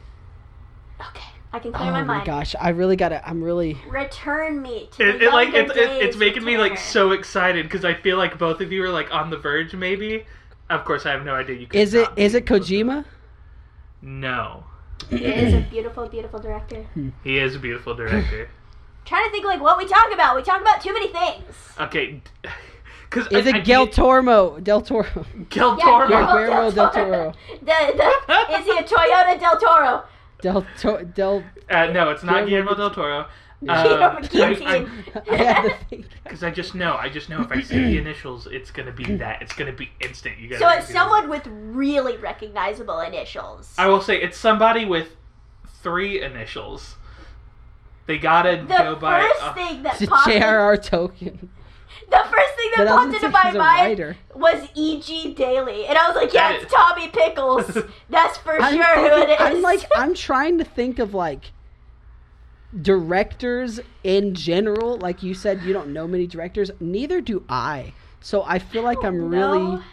A: Okay, I can
B: Oh
A: clear my
B: my
A: mind.
B: gosh, I really gotta. I'm really.
A: Return me to
C: It,
A: the
C: it, like it,
A: younger
C: it,
A: days
C: it's making me like
A: return.
C: so excited because I feel like both of you are like on the verge, maybe. Of course, I have no idea. You could
B: Is it
C: not be
B: is it
C: close to
B: Kojima?
C: No,
A: It is a beautiful, beautiful director.
B: Hmm.
C: he is a beautiful director.
A: trying to think like what we talk about. We talk about too many things.
C: okay, because
B: Is
C: I, I
B: it Del
C: did-
B: Toro? Del Toro.
C: Gel
A: Yeah,
C: Toro.
B: Guillermo
A: Guillermo
B: del Toro.
A: the, the, is he a Toyota Del Toro?
B: Del Toro. Del.
C: Uh, no, it's not
B: Guillermo
C: Guillermo del Toro. Uh, Um,
A: Guillermo
B: I had to think.
C: Because I just know, I just know if I see the initials, it's gonna be that. It's gonna be instant. You guys.
A: So
C: are
A: it's
C: gonna be-
A: someone with really recognizable initials.
C: I will say it's somebody with three initials. They gotta
A: the
C: go
A: first
C: by. uh,
A: thing that
B: It's a
A: popped in,
B: J.R.R. Tolkien.
A: the first thing that
B: But I
A: popped
B: was
A: into
B: thinking
A: my
B: he's a
A: mind
B: writer.
A: was E.G. Daily, and I was like, yeah,
C: That
A: it's
C: is-
A: Tommy Pickles. That's for
B: I'm
A: sure who it
B: thinking-
A: is.
B: I'm like I'm trying to think of like directors in general. Like you said, you don't know many directors. Neither do I. So I feel like I'm really,
A: No.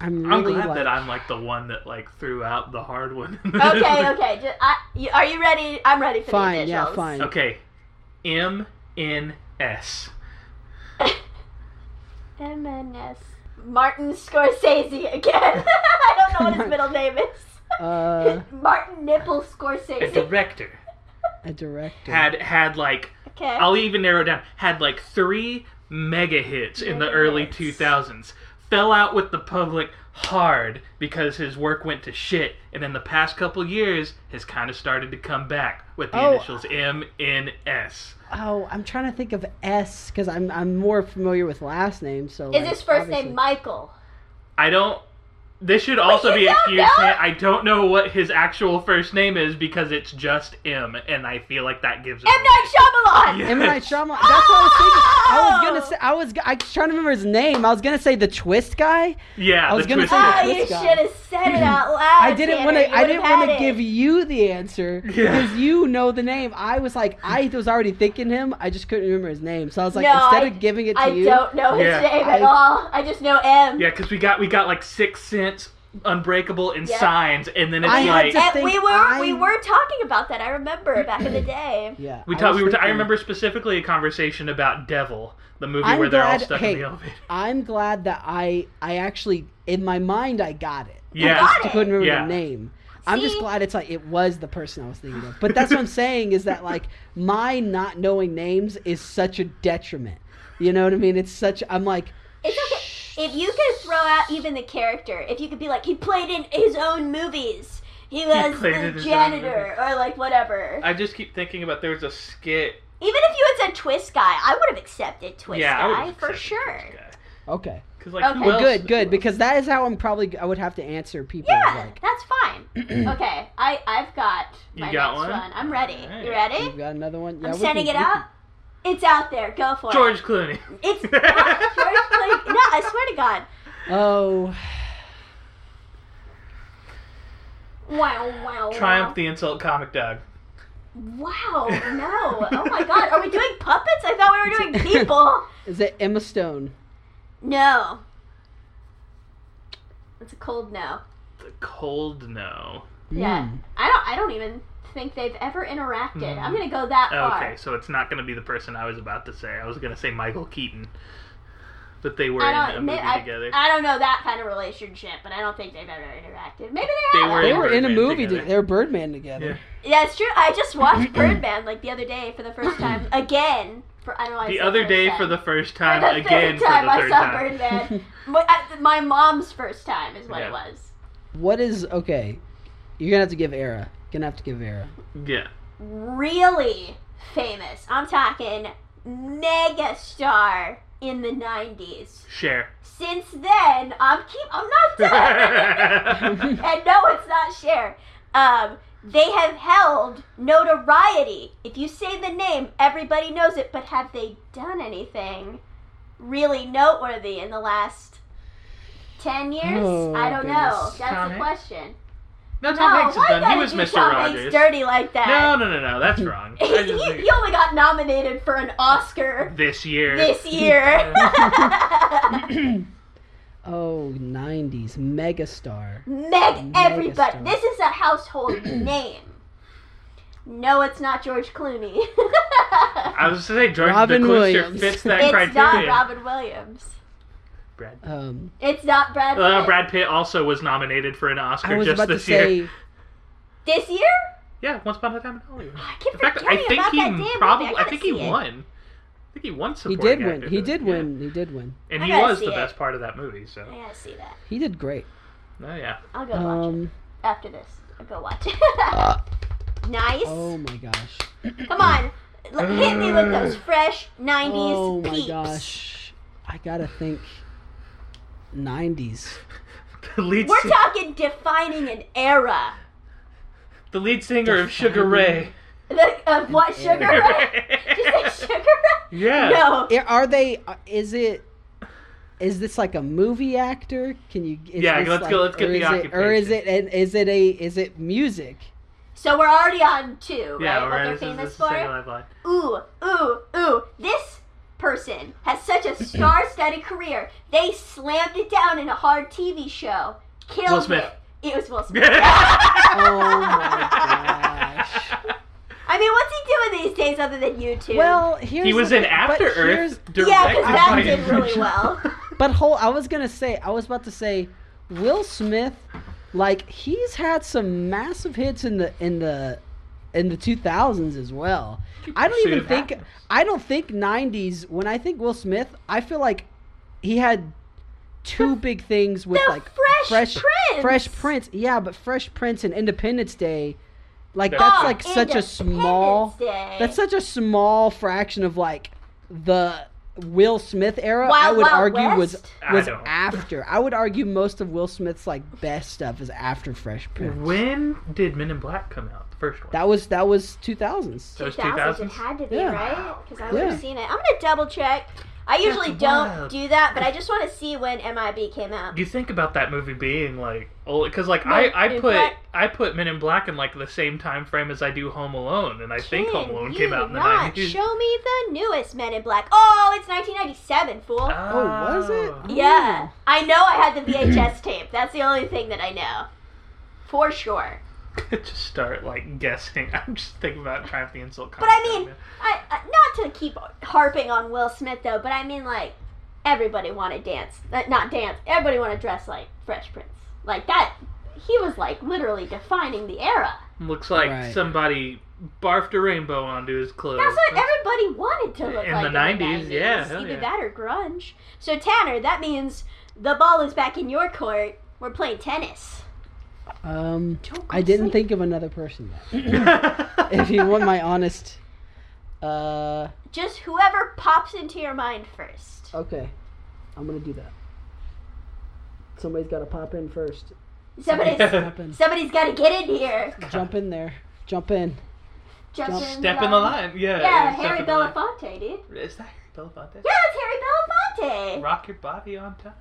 B: I'm
C: I'm
B: really
C: glad
B: like.
C: that I'm like the one that like threw out the hard one.
A: Okay, okay. Just, I, you, are you ready? I'm ready for the
B: Fine,
A: initials.
B: yeah, fine.
C: Okay. M N S.
A: MNS. Martin Scorsese again. I don't know what his middle name is.
B: Uh,
A: Martin Nipple
C: A
A: Scorsese.
C: director
B: a director.
C: had had like
A: Okay.
C: I'll even narrow it down. Had like three mega hits in the
A: Mega
C: early
A: hits.
C: 2000s. Fell out with the public hard because his work went to shit, and in the past couple years has kind of started to come back with the
B: Oh.
C: initials M N S.
B: Oh, I'm trying to think of S because I'm I'm more familiar with last name. So
A: Is
B: like,
A: his first
B: obviously-
A: name Michael?
C: I don't. This should also
A: you
C: be a
A: don't
C: huge
A: know?
C: hint. I don't know what his actual first name is because it's just M, and I feel like that gives it.
A: M. Night Shyamalan!
C: Yeah.
A: Oh!
B: M Night Shyamalan. That's what I was thinking. I was gonna say. I was I was trying to remember his name. I was gonna say the twist guy.
C: Yeah,
B: I was
C: the
B: gonna
C: twist-
B: say-
A: Oh,
B: twist
A: you
B: guy.
A: should have said it out loud.
B: I didn't want
A: want
B: to. I didn't want to give
A: you.
B: you the answer
C: Yeah.
B: because you know the name. I was like, I was already thinking him. I just couldn't remember his name. So I was like,
A: No,
B: instead
A: I-
B: of giving it to
A: I
B: you,
A: don't know his
C: Yeah.
A: name at
B: I-
A: all. I just know M.
C: yeah, because we got we got like Six Sense, Unbreakable, and
A: Yeah.
C: Signs, and then it's
B: I had
C: like
B: to-
A: And
B: think
A: we were we
B: I'm-
A: were talking about that. I remember back in the day.
B: yeah,
C: we
B: I
C: talked.
B: was
C: We were. T- I
B: thinking-
C: remember specifically a conversation about Devil, the movie
B: I'm
C: where they're all
B: glad-
C: stuck
B: hey,
C: in the elevator.
B: I'm glad that I I actually in my mind I got it. I
C: Yeah.
B: just
A: Got it.
B: couldn't remember
C: Yeah.
B: the name. I'm just
A: See?
B: glad it's like it was the person I was thinking of. But that's what I'm saying is that like my not knowing names is such a detriment. You know what I mean? It's such I'm like
A: It's okay if you could throw out even the character. If you could be like he played in his own movies. He was
C: played in
A: the
C: his own
A: janitor or like whatever.
C: I just keep thinking about there was a skit.
A: even if you had said twist guy, I would have accepted twist
C: yeah, I
A: guy
C: would've
A: for
C: accepted
A: sure.
C: Twist Guy.
B: okay.
C: 'Cause, like, who
A: Okay.
B: Well,
C: else-
B: good,
C: who
B: good
C: else?
B: because that is how I'm probably I would have to answer people
A: Yeah,
B: like
A: that's fine. okay, I I've got
C: You
A: my
C: got
A: next
C: one?
A: one? I'm ready.
C: Alright.
A: You ready?
B: you've got another one. Yeah,
A: I'm
B: we
A: setting
B: can-
A: it
B: we can-
A: up. It's out there. Go for it.
C: George Clooney.
A: It's not George Clooney. No, I swear to God.
B: Oh,
A: Wow, wow.
C: Triumph the Insult Comic Dog.
A: Wow, Wow, no. Oh my God. Are we doing puppets? I thought we were doing people.
B: is it Emma Stone?
A: No. It's a cold no.
C: The cold no.
A: Yeah.
B: Hmm.
A: I don't. I don't even think they've ever interacted. I'm gonna go that far.
C: Hmm. Okay, so it's not going to be the person I was about to say. I was going to say Michael Keaton. But they were in
A: I
C: a
A: don't.
C: movie
A: may- I,
C: together.
A: I don't know that kind of relationship, but I don't think they've ever interacted. Maybe
C: They
A: they have.
C: were
B: They were in a
C: Birdman
B: movie.
C: together.
B: to- They were Birdman together.
A: Yeah, it's true. I just watched Birdman like the other day for the first time again. For I don't know. why I
C: the
A: said
C: other
A: first
C: day
A: time.
C: for the first time,
A: For the
C: again
A: third time
C: for the third
A: I saw
C: time.
A: Birdman. my, I- my mom's first time is what
C: Yeah.
A: it was.
B: What is okay? You're gonna have to give Era. Gonna have to give Era.
C: Yeah.
A: Really famous. I'm talking mega star in the 90s.
C: Share.
A: Since then, I'm keep I'm not done. and no, it's not Cher. Um, they have held notoriety. If you say the name, everybody knows it. But have they done anything really noteworthy in the last ten years?
B: Oh,
A: I don't know.
B: goodness.
A: That's
C: Tom
A: the
C: Hanks?
A: question.
C: no, Tom
A: No,
C: Hanks is
A: why
C: done. He
A: gotta
C: was
A: do
C: Mr.
A: Tom
C: Rogers.
A: Hanks dirty like
C: No,
A: that?
C: no, no, no. That's wrong.
A: you,
C: I just think-
A: you only got nominated for an Oscar
C: this year.
A: this year.
B: Oh, 90s megastar.
A: Meg, everybody.
B: Megastar.
A: This is a household name. No, it's not George Clooney.
C: I was going to say Jordan
B: Robin
C: the Closer
B: Williams.
C: fits that
A: it's
C: criteria.
A: not Robin Williams.
C: Brad.
B: Um,
A: It's not Brad Pitt.
C: Uh, Brad Pitt also was nominated for an Oscar
B: I was
C: just
B: about to
C: this year.
B: say
A: This year?
C: Yeah, Once Upon a Time in Hollywood.
A: I keep
C: In fact,
A: forgetting
C: I think
A: about
C: he
A: that damn movie.
C: probably. I
A: gotta
C: think he
A: see it.
C: won. I think he won.
B: he
C: Supporting
B: did win.
C: actor
B: He
C: for that,
B: did
C: yeah.
B: win. He did win.
C: and
A: I
C: he
A: gotta
C: was
A: see
C: the
A: it.
C: best part of that movie. So,
A: I gotta see that.
B: He did great.
C: oh yeah,
A: I'll go watch it
B: Um,
A: after this. I'll go watch it.
B: uh,
A: nice.
B: oh my gosh.
A: Come on. L- hit me with those fresh 90s
B: Oh my
A: peeps.
B: gosh. I gotta think. 90s.
C: the lead
A: We're
C: sing-
A: talking defining an era.
C: the lead singer of Sugar
B: Defining-
C: Ray.
A: The, of what, Sugar Ray? Did you say Sugar Ray?
C: yeah.
A: No.
B: I- Are they? uh, Is it? Is this like a movie actor? Can you? Is
C: Yeah,
B: this
C: let's go-
B: like-
C: let's get
B: or
C: the
B: is it, Or is it?
C: occupation.
B: And is it a? Is it music?
A: So we're already on two, right?
C: Yeah,
A: what
C: right.
A: they're
C: This is,
A: famous
C: this is Saturday
A: for?
C: Night
A: Ooh,
C: Live.
A: ooh, ooh. This person has such a star-studded career. They slammed it down in a hard TV show. Killed
C: Will Smith.
A: it. It was Will Smith.
C: Yeah.
B: Oh my gosh.
A: I mean, what's he doing these days other than YouTube?
B: Well, here's
C: he was
B: the
C: in
B: thing-
C: After
B: but here's-
C: Earth. Directed
A: yeah, because
C: by
A: that did really
C: Richard-
A: well.
B: But whole, I was gonna say, I was about to say, Will Smith, like he's had some massive hits in the in the in the 2000s as well. I don't
C: Pursuit
B: even
C: of
B: think
C: Happiness.
B: I don't think 90s. When I think Will Smith, I feel like he had two big things with
A: the
B: like
A: Fresh Prince.
B: Fresh Prince. Yeah, but Fresh Prince and Independence Day, like
C: They're
B: that's
A: Oh,
B: like such a small.
A: Independence Day.
B: That's such a small fraction of like the Will Smith era. I
A: Wild
B: would
A: Wild
B: argue was
A: West?
C: I
B: was
C: don't.
B: after. I would argue most of Will Smith's like best stuff is after Fresh Prince.
C: When did Men in Black come out? The first one.
B: That was that was two thousands.
C: Those
A: 2000s, it
C: 2000s?
A: had to be,
B: Yeah.
A: right? Because I
B: Yeah.
A: would have seen it. I'm going to double check. I usually
C: That's
A: don't
C: wild.
A: do that, but I just want to see when MIB came out.
C: You think about that movie being like, because like
A: Men
C: I, I
A: in
C: put
A: Black.
C: I put Men in Black in like the same time frame as I do Home Alone, and I think
A: Can
C: Home Alone came
A: you
C: out in the
A: not
C: nineties.
A: Show me the newest Men in Black. Oh, it's 1997, fool.
B: Oh, was it?
A: yeah, I know I had the VHS tape. That's the only thing that I know, for sure.
C: just start like guessing. I'm just thinking about trying to insult.
A: But I mean, I, I not to keep harping on Will Smith though, but I mean like everybody want to dance, uh, not dance. Everybody want to dress like Fresh Prince, like that. He was like literally defining the era.
C: looks like
B: Right.
C: somebody barfed a rainbow onto his clothes.
A: That's what everybody wanted to look
C: In
A: like
C: the
A: in
C: 90s,
A: the 90s.
C: yeah, hell
A: Either
C: yeah.
A: that or grunge. So Tanner, that means the ball is back in your court. We're playing tennis.
B: Um,
A: Don't
B: I
A: go
B: didn't
A: sleep.
B: think of another person. Yet.
C: That's
B: If you want my honest, uh,
A: Just whoever pops into your mind first.
B: okay, I'm gonna do that. Somebody's gotta pop in first.
A: Somebody's
B: Pop in.
A: somebody's got to get in here.
B: Jump in there. Jump in.
A: Jump
B: Jump.
A: in
C: Step in the line. Yeah.
A: Yeah,
C: step
A: Harry
C: in the line.
A: Belafonte, dude.
C: Is that Harry Belafonte?
A: Yeah, it's Harry Belafonte.
C: Rock your body on top.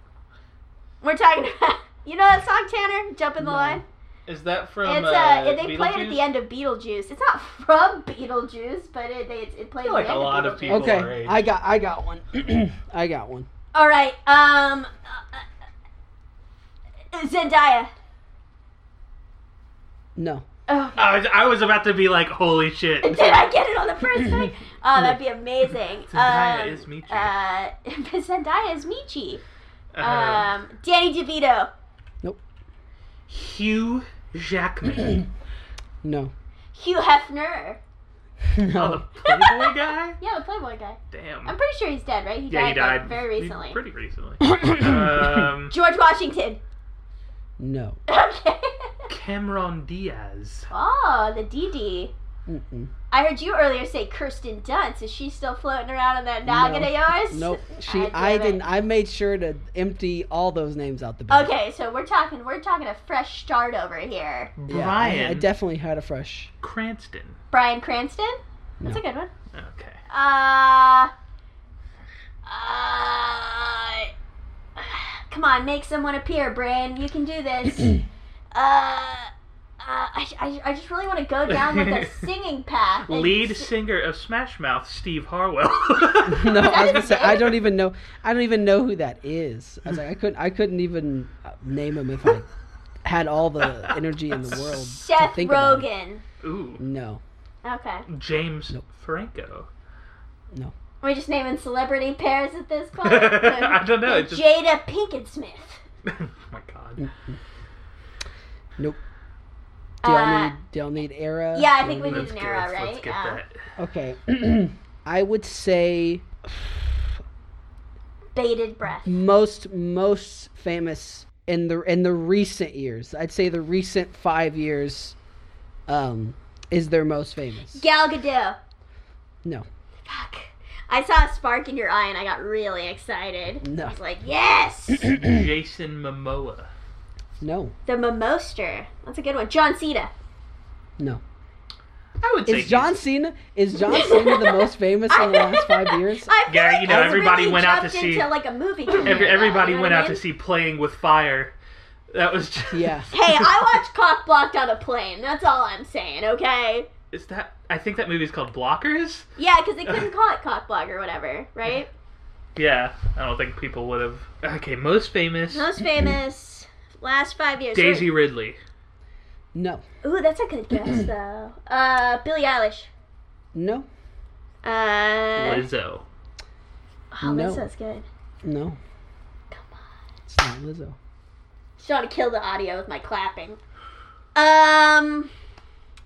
A: We're talking about. You know that song, Tanner? Jump in the
B: No.
A: line.
C: Is that from?
A: It's
C: uh,
A: uh, they play it at
C: Beetlejuice?
A: the end of Beetlejuice. It's not from Beetlejuice, but it it, it played
C: feel
A: at
C: like
A: the
C: a
A: end
C: lot of
A: Beetlejuice.
C: people- our
B: Okay,
C: age.
B: I got I got one. I got one.
A: All right, um, uh, uh, Zendaya.
B: No.
A: Oh,
C: I was, I was about to be like, holy shit.
A: did I get it on the first time? Oh, that'd be amazing.
C: Zendaya
A: um,
C: is Michi.
A: Uh, Zendaya is Michi.
C: Uh,
A: Um, Danny DeVito.
C: Hugh Jackman.
B: No.
A: Hugh Hefner.
C: oh, the
B: No.
C: Playboy guy?
A: Yeah, the Playboy guy.
C: Damn.
A: I'm pretty sure he's dead, right? He
C: yeah, he
A: like,
C: died
A: very recently.
C: Pretty recently. um,
A: George Washington.
B: No.
A: Okay.
C: Cameron Diaz.
A: oh, the DD.
B: Mm-mm.
A: I heard you earlier say Kirsten Dunst. Is she still floating around on that noggin
B: No.
A: of yours?
B: Nope. She.
A: God
B: I
A: damn it. Uh,
B: didn't. I made sure to empty all those names out the. bin.
A: Okay, so we're talking we're talking a fresh start over here.
B: Yeah, I-
C: Brian
B: I, definitely had a fresh.
C: Cranston.
A: Brian Cranston? That's a good one.
C: Okay.
A: Uh uh Come on, make someone appear, Bran. You can do this. uh, uh I, I, I just really want to go down like a singing path. and
C: Lead
A: s-
C: singer of Smash Mouth, Steve Harwell.
B: No, I was
A: is
B: gonna say
A: it.
B: I don't even know. I don't even know who that is. I was like, I couldn't. I couldn't even uh, name him if I had all the energy in the world to
A: Seth
B: think about it.
A: Rogen.
C: Ooh.
B: No.
A: Okay.
C: James
B: Nope.
C: Franco.
A: We're just naming celebrity pairs at this point.
C: I don't know, it just-
A: Jada Pinkett Smith.
C: oh my god.
B: Do y'all
A: Uh,
B: need? Do y'all need era?
A: yeah, I
B: Do
A: think
B: y'all
A: we
B: need-
C: Let's
A: an
C: get,
A: era,
C: let's, let's
A: right?
C: get
A: Yeah.
C: that.
B: Okay. I would say
A: Bated breath.
B: most most famous in the in the recent years. I'd say the recent five years um, is their most famous.
A: Gal Gadot.
B: No.
A: Fuck. I saw a spark in your eye and I got really excited.
B: No.
A: I was like, yes! the
C: Jason Momoa.
B: No.
A: Mimoster. That's a good one. John Cena.
B: No.
C: I would say
B: Is John Cena is John Cena the most famous in the last five years?
A: I feel
C: Yeah,
A: like
C: you know,
A: it's
C: everybody
A: really
C: went out to
A: jumped
C: see-
A: into, like a movie. career
C: Every,
A: now,
C: everybody
A: you know
C: went
A: what I
C: out to
A: mean?
C: see Playing with Fire. That was just.
B: Yeah.
A: Hey, I watched Cock Blocked on a Plane. That's all I'm saying, okay?
C: Is that? I think that movie's called Blockers.
A: Yeah, because they couldn't call it Cock Block or whatever, right?
C: Yeah, I don't think people would have. Okay, most famous
A: Most famous last five years.
C: Mm-hmm. Daisy Ridley.
B: No.
A: Ooh, that's a good guess though. Uh, Billie Eilish.
B: No.
A: Uh,
C: Lizzo.
A: oh,
B: No.
A: Lizzo's good.
B: No.
A: Come on.
B: It's not Lizzo.
A: Just want to kill the audio with my clapping. Um,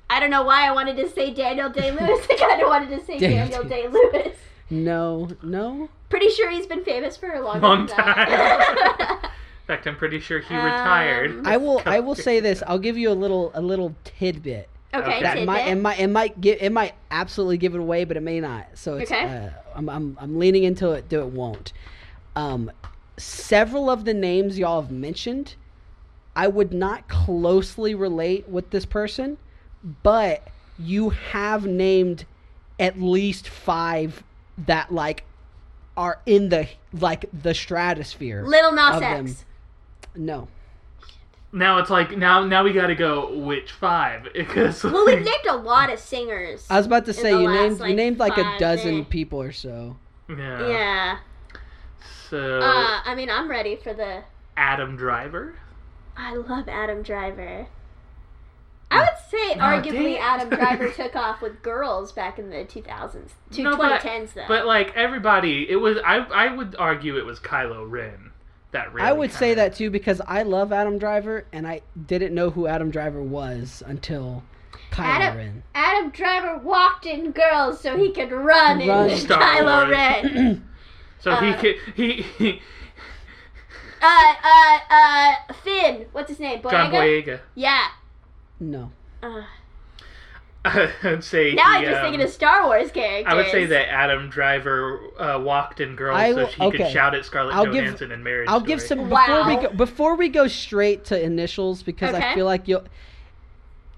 A: I don't know why I wanted to say Daniel Day Lewis. I kind of wanted to say
B: Daniel
A: Daniel Day Lewis.
B: No. No.
A: Pretty sure he's been famous for a long,
C: Long
A: That.
C: In fact, I'm pretty sure he
A: Um,
C: retired.
B: I will. I will say this. I'll give you a little. A little tidbit.
A: okay,
C: Okay.
B: That
A: tidbit.
B: might. It might. It might give. It might absolutely give it away, but it may not. So it's.
A: Okay.
B: Uh, I'm, I'm. I'm leaning into it. Do it won't. Um, several of the names y'all have mentioned, I would not closely relate with this person, but you have named at least five that like are in the like the stratosphere.
A: Little Nas
B: Of them.
A: X.
B: no.
C: Now it's like now now we got to go which five because
A: Well, we've named a lot of singers.
B: I was about to say
A: the
B: you
A: last,
B: named
A: like,
B: you named like a
A: five
B: dozen
A: minutes.
B: people or so.
C: yeah.
A: yeah.
C: So
A: Uh, I mean, I'm ready for the.
C: Adam Driver.
A: I love Adam Driver. I would say
C: No,
A: arguably
C: dang.
A: Adam Driver took off with girls back in the 2000s, to
C: No, but-
A: 2010s though.
C: But like everybody, it was I I would argue it was Kylo Ren that really
B: I would say
C: kinda-
B: that too because I love Adam Driver and I didn't know who Adam Driver was until Kylo
A: Adam-
B: Ren.
A: Adam Driver walked in girls so he could run,
B: Run.
A: in
C: Star
A: Kylo
C: Wars.
A: Ren.
C: So he
A: uh,
C: could he, he
A: uh, uh, uh, Finn. What's his name? Boyega.
C: John Boyega.
A: Yeah.
B: No.
A: Uh,
C: I would say
A: now I'm
C: he,
A: just
C: um,
A: thinking of Star Wars characters.
C: I would say that Adam Driver uh, walked in girls
B: I
C: so
B: will-
C: she could
B: okay.
C: shout at Scarlett
B: I'll give-
C: Johansson and Mary.
B: I'll give some before
A: Wow.
B: we go, before we go straight to initials because
A: Okay.
B: I feel like you will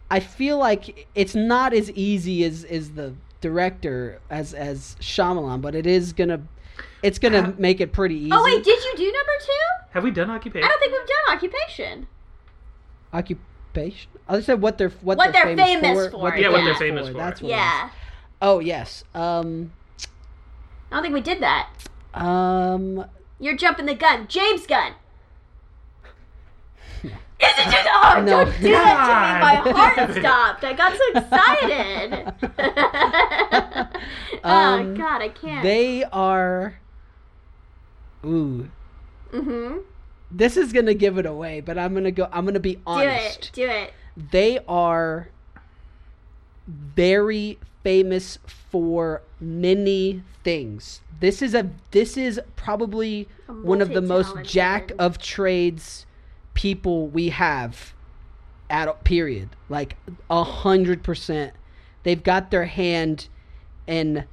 B: I feel like it's not as easy as as the director as as Shyamalan, but it is gonna it's gonna make it pretty easy.
A: Oh wait, did you do number two?
C: Have we done
A: I
C: occupation?
A: don't think we've done occupation.
B: occupation. I said what they're what,
A: What
B: they're,
A: they're famous
B: for.
A: for,
C: Yeah, what they're famous for.
B: That's what it is.
A: Yeah.
B: Oh yes. Um.
A: I don't think we did that.
B: Um.
A: You're jumping the gun. James Gun. Is it just oh
B: No.
A: don't do that to me? My
C: God.
A: heart stopped. I got so excited. oh
B: Um,
A: god, I can't.
B: They are. Ooh.
A: mm-hmm.
B: This is gonna give it away, but I'm gonna go. I'm gonna be
A: Do it.
B: honest.
A: Do it.
B: They are very famous for many things. This is a. This is probably
A: A
B: one of the most
A: multi-talented.
B: jack of trades people we have at period like a hundred percent they've got their hand in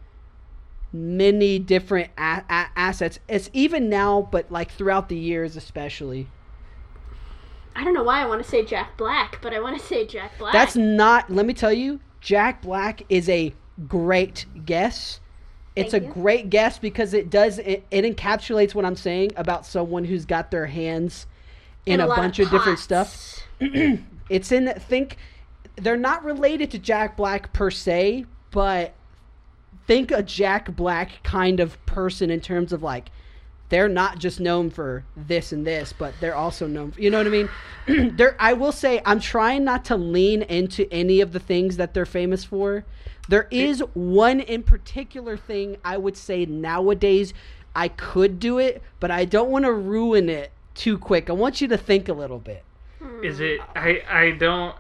B: many different a- a- assets it's even now but like throughout the years especially
A: I don't know why I want to say Jack Black, but I want to say Jack Black.
B: that's not let me tell you jack black is a great guess it's
A: Thank
B: a
A: you.
B: great guess because it does it, it encapsulates what i'm saying about someone who's got their hands in
A: And
B: a
A: lot
B: bunch of different stuff
A: pots.
B: It's in think they're not related to Jack Black per se, but think a Jack Black kind of person in terms of like they're not just known for this and this, but they're also known. For, you know what I mean? there, I will say I'm trying not to lean into any of the things that they're famous for. There is one in particular thing I would say nowadays I could do it, but I don't want to ruin it too quick. I want you to think a little bit.
C: Is it? I I don't.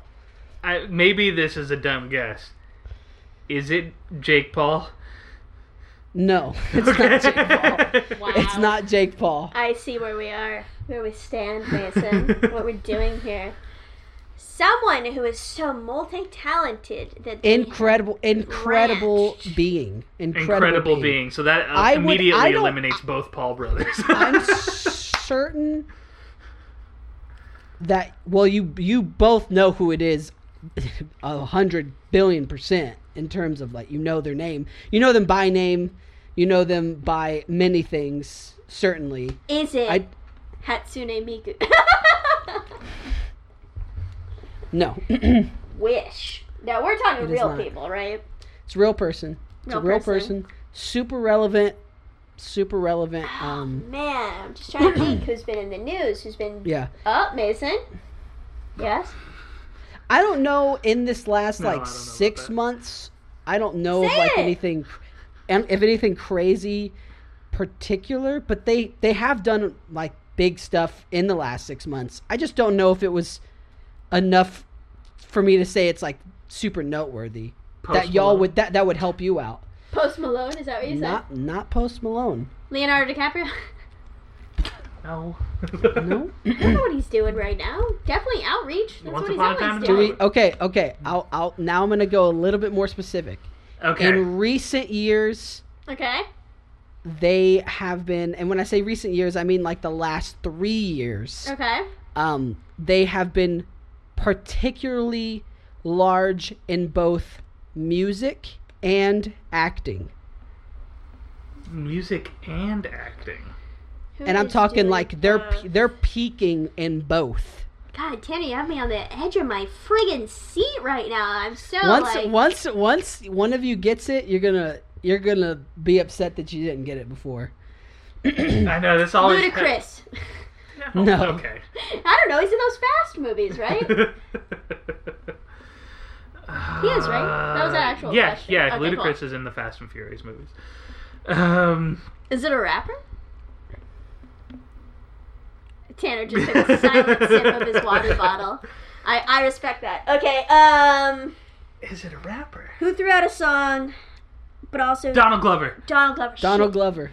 C: I maybe this is a dumb guess. Is it Jake Paul?
B: No, it's not Jake Paul.
A: Wow.
B: It's not Jake Paul.
A: I see where we are, where we stand, Mason, what we're doing here. Someone who is so multi talented that they-
B: Incredible, incredible
A: Ranch.
B: being. Incredible,
C: Incredible, being. So that uh,
B: I would-
C: immediately
B: I don't-
C: eliminates both Paul brothers.
B: I'm certain that well, you you both know who it is, a hundred billion percent in terms of like you know their name, you know them by name, you know them by many things. Certainly,
A: is it
B: I
A: Hatsune Miku?
B: no,
A: Wish. No, we're
B: It
A: talking
B: is
A: real
B: not.
A: people, right?
B: it's a real person. It's a
A: Real
B: real
A: person.
B: person. Super relevant. Super relevant. Um,
A: Man, I'm just trying to think who's been in the news, who's been
B: yeah.
A: up, Mason. Yes.
B: I don't know in this last
C: No, I
B: like
C: don't know about
B: six
C: that.
B: months. I don't know
A: Say
B: of like
A: it!
B: anything, and if anything crazy particular. But they they have done like big stuff in the last six months. I just don't know if it was enough for me to say it's like super noteworthy.
C: Post
B: that y'all
C: Malone.
B: would that that would help you out.
A: Post Malone, is that what you
B: Not not Post Malone.
A: said? Leonardo DiCaprio?
B: No.
C: No.
A: I don't know what he's doing right now. Definitely outreach. That's
C: Once
A: what he's
C: upon a
A: always
C: time in
A: doing.
B: Do we?
C: Hollywood.
B: Okay. Okay. I'll I'll now I'm gonna go a little bit more specific.
C: Okay.
B: In recent years.
A: Okay.
B: they have been and when i say recent years i mean like the last 3 years
A: Okay.
B: um they have been particularly large in both music and acting
C: music and acting.
A: Who
B: and I'm
A: is
B: talking
A: doing
B: like they're
A: both?
B: pe- they're peaking in both.
A: God, Timmy, you have me on the edge of my friggin' seat right now. I'm so
B: once
A: like,
B: once once one of you gets it, you're gonna you're gonna be upset that you didn't get it before. Hmm.
C: I know this always Oh,
A: ludicrous.
B: No.
C: Okay.
A: I don't know. He's in those fast movies, right? He is, right? That was an actual
C: Uh, yeah,
A: question.
C: Yeah,
A: Okay,
C: Ludacris is in the Fast and Furious movies. Um,
A: is it a rapper? Tanner just took a silent sip of his water bottle. I, I respect that. Okay, um,
C: is it a rapper?
A: who threw out a song, but also
C: Donald Glover.
A: Donald Glover.
B: Donald
A: Shit. Oh,
B: Glover.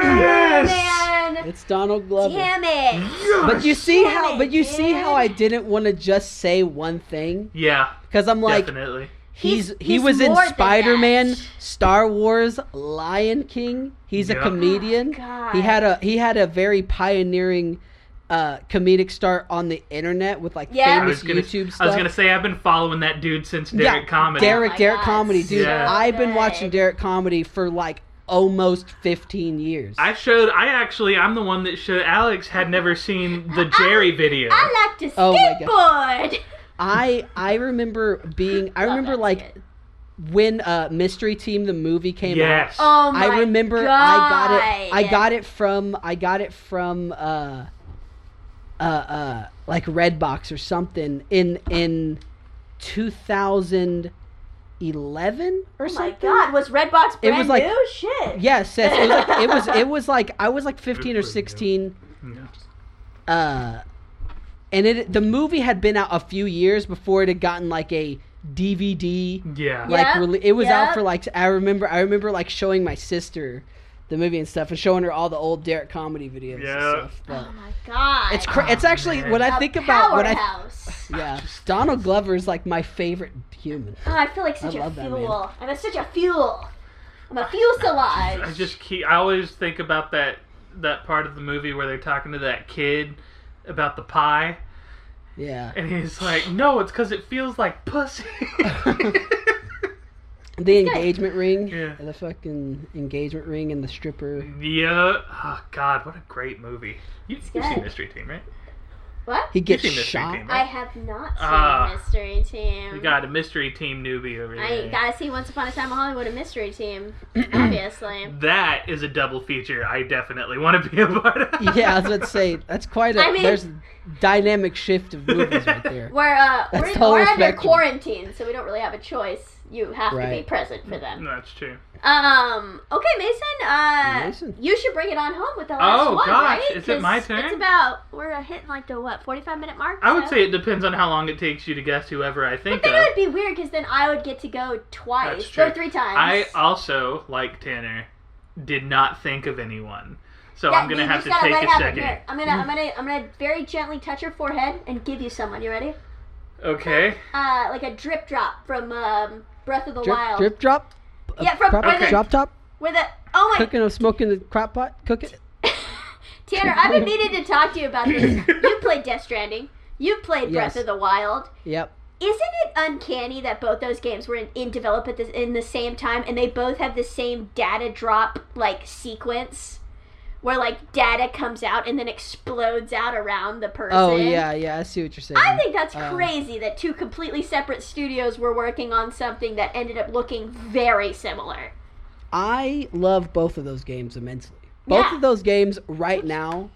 C: Yes.
A: Man,
B: It's Donald Glover.
A: damn it.
C: Yes!
B: But you see
A: Damn
B: how
A: it,
B: but you see how I
A: dude.
B: didn't want to just say one thing
C: Yeah,
B: because I'm like
C: definitely.
B: he's,
A: He's-
B: he
A: he's
B: was in
A: more than
B: Spider Man,
A: that.
B: Star Wars, Lion King. He's
C: Yeah.
B: a comedian.
A: Oh, God.
B: he had a he had a very pioneering uh, comedic start on the internet with like
A: Yeah. I
C: I
B: famous
C: was gonna,
B: YouTube stuff.
C: I was gonna say I've been following that dude since
B: Yeah,
C: Derek Comedy.
B: Derek
A: Oh my
B: Derek
A: God,
B: comedy, dude.
C: Yeah. so
B: I've been
A: good.
B: watching Derek comedy for like almost 15 years.
C: I showed. I actually, I'm the one that showed. Alex had never seen the Jerry video.
A: I like to
B: Oh my
A: skateboard.
B: I I remember being I
A: Love
B: remember
A: that
B: like
A: skit.
B: when uh Mystery Team the movie came out.
C: yes.
A: Oh my
B: I remember I got it I got it from I got it from uh uh uh like Redbox or something in in 2011 or
A: Oh my
B: something.
A: god, was Redbox brand
B: It was like-
A: new? Shit.
B: Yes, yes. It was like it was it was like I was like 15 or
C: Good for you.
B: 16
C: Yeah.
B: uh and it the movie had been out a few years before it had gotten like a DVD
C: Yeah.
B: like
A: Yep,
B: rele- it was out
A: yep.
B: for like I remember I remember like showing my sister the movie and stuff and showing her all the old Derek comedy videos
C: Yeah.
B: and stuff. But
A: Oh my god.
B: it's cra- it's actually
C: man.
B: when I
A: A
B: think about when I
A: powerhouse.
B: yeah Donald Glover is like my favorite human.
A: Oh, I feel like such
B: I
A: a
B: love that man.
A: fuel. I'm a, such a fuel. I'm a fuselage.
C: I just keep. I always think about that that part of the movie where they're talking to that kid about the pie,
B: Yeah,
C: and he's like, "No, it's because it feels like pussy."
B: the engagement ring,
C: Yeah.
B: the fucking engagement ring, and the stripper.
C: yeah. Oh God, what a great movie. You, you've
A: good.
C: seen Mystery Team, right?
A: what?
B: He gets
C: seen Mystery Team,
B: shot.
C: right?
A: I have not seen
C: Ah.
A: Mystery Team.
C: We got a Mystery Team newbie over
A: Mm-hmm. I
C: there.
A: ain't gotta see Once Upon a Time in Hollywood a Mystery Team, obviously.
C: that is a double feature. I definitely want to be a part of.
B: Yeah, I was about to say that's quite a
A: I mean-
B: there's dynamic shift of movies right there.
A: We're uh
B: That's
A: we're,
B: total
A: we're under
B: spectrum.
A: quarantine, so we don't really have a choice. You have to be
B: Right.
A: present for them.
C: That's true.
A: Um. Okay, Mason. Uh,
B: Mason.
A: you should bring it on home with the last
C: Oh,
A: one,
C: gosh,
A: right?
C: is it
A: 'Cause
C: my turn?
A: It's about we're hitting like the what forty-five minute mark.
C: I would
A: so-
C: say it depends on how long it takes you to guess whoever I think
A: But then
C: of.
A: it would be weird because then I would get to go
C: That's
A: twice
C: true.
A: or three
C: I
A: times.
C: also, like Tanner, did not think of anyone. So
A: That-
C: uh, I'm gonna
A: you
C: have
A: just
C: to
A: gotta
C: take
A: let
C: a
A: it happen.
C: second.
A: Here, I'm gonna, I'm gonna, I'm gonna very gently touch your forehead and give you someone. You ready?
C: Okay.
A: Uh, like a drip drop from um, Breath of the
B: Drip,
A: Wild.
B: drip drop.
A: Yeah, from-
B: Crop-
C: Okay.
B: drop top.
A: With a oh my
B: Cooking or smoking the crock pot. Cook it.
A: Tanner, I've been meaning to talk to you about this. you played Death Stranding. You played
B: Yes.
A: Breath of the Wild.
B: Yep.
A: Isn't it uncanny that both those games were in, in develop at the, in the same time and they both have the same data drop like sequence where like data comes out and then explodes out around the person?
B: Oh yeah, yeah. I see what you're saying.
A: I think that's
B: Uh,
A: crazy that two completely separate studios were working on something that ended up looking very similar.
B: I love both of those games immensely. Both
A: Yeah.
B: of those games right now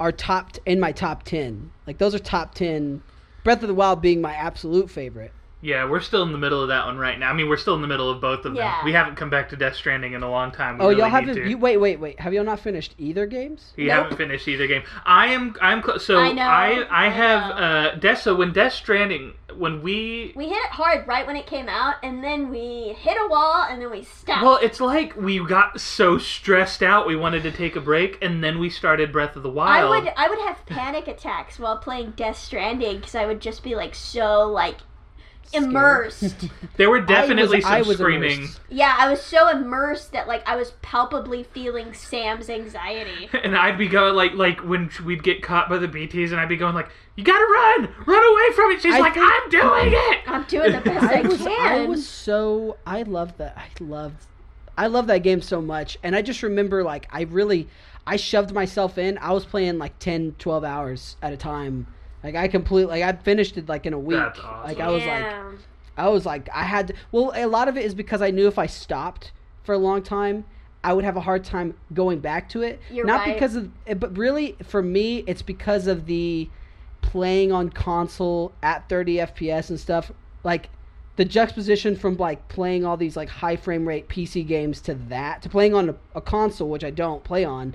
B: are top t- in my top ten. Like those are top ten. Breath of the Wild being my absolute favorite.
C: Yeah, we're still in the middle of that one right now. I mean, we're still in the middle of both of them.
A: Yeah.
C: We haven't come back to Death Stranding in a long time. We
B: Oh,
C: really
B: y'all
C: need
B: haven't.
C: to.
B: You wait, wait, wait. Have y'all not finished either games?
C: You
A: Nope.
C: haven't finished either game. I am. I'm cl- so.
A: I know,
C: I, I
A: I
C: have.
A: know.
C: Uh, Death. So when Death Stranding, when we.
A: We hit it hard right when it came out and then we hit a wall and then we stopped.
C: Well, it's like we got so stressed out we wanted to take a break, and then we started Breath of the Wild.
A: I would I would have panic attacks while playing Death Stranding because I would just be like so like
B: Scared.
A: immersed.
C: There were definitely some
B: I was, I was
C: screaming.
B: immersed.
A: yeah, I was so immersed that like I was palpably feeling Sam's anxiety.
C: And I'd be going like like when we'd get caught by the BTS, and I'd be going like, "You gotta run, run away from it." She's
B: I
C: like,
B: think-
C: "I'm doing it."
A: I'm doing the best I,
B: I was,
A: can.
B: I was so I loved that. I loved I love that game so much. And I just remember like I really I shoved myself in. I was playing like 10, 12 hours at a time. Like I completely like I finished it like in a week.
C: That's awesome.
B: Like I was like I was like I had to, well a lot of it is because I knew if I stopped for a long time I would have a hard time going back to it.
A: You're
B: Not
A: right.
B: because of eh, but really for me it's because of the playing on console at 30 FPS and stuff like the juxtaposition from like playing all these like high frame rate PC games to that to playing on a, a console which I don't play on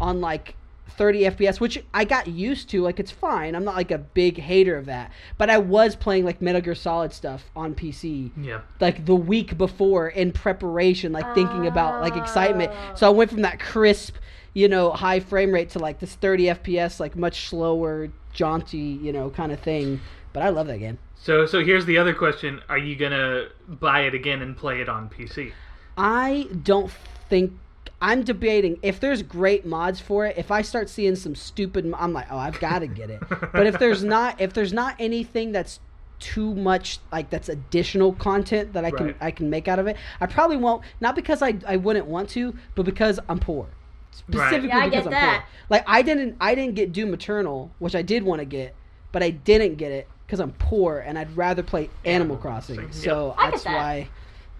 B: on like 30 FPS which I got used to like it's fine I'm not like a big hater of that but I was playing like Metal Gear Solid stuff on PC
C: Yeah.
B: like the week before in preparation, like thinking about like excitement. So I went from that crisp, you know, high frame rate to like this 30 FPS, like much slower, jaunty, you know, kind of thing. But I love that game.
C: So so here's the other question: Are you gonna buy it again and play it on PC?
B: I don't think I'm debating if there's great mods for it. If I start seeing some stupid, mo- I'm like, oh, I've got to get it. but if there's not, if there's not anything that's too much like that's additional content that I can
C: Right.
B: I can make out of it, I probably won't. Not because I I wouldn't want to, but because I'm poor. Specifically
A: Yeah, I
B: because
A: get
B: I'm
A: that.
B: poor. Like I didn't I didn't get Doom Eternal, which I did want to get, but I didn't get it because I'm poor and I'd rather play Animal
C: Animal
B: Crossing.
C: Crossing,
B: So
A: I get
B: that's
A: that.
B: why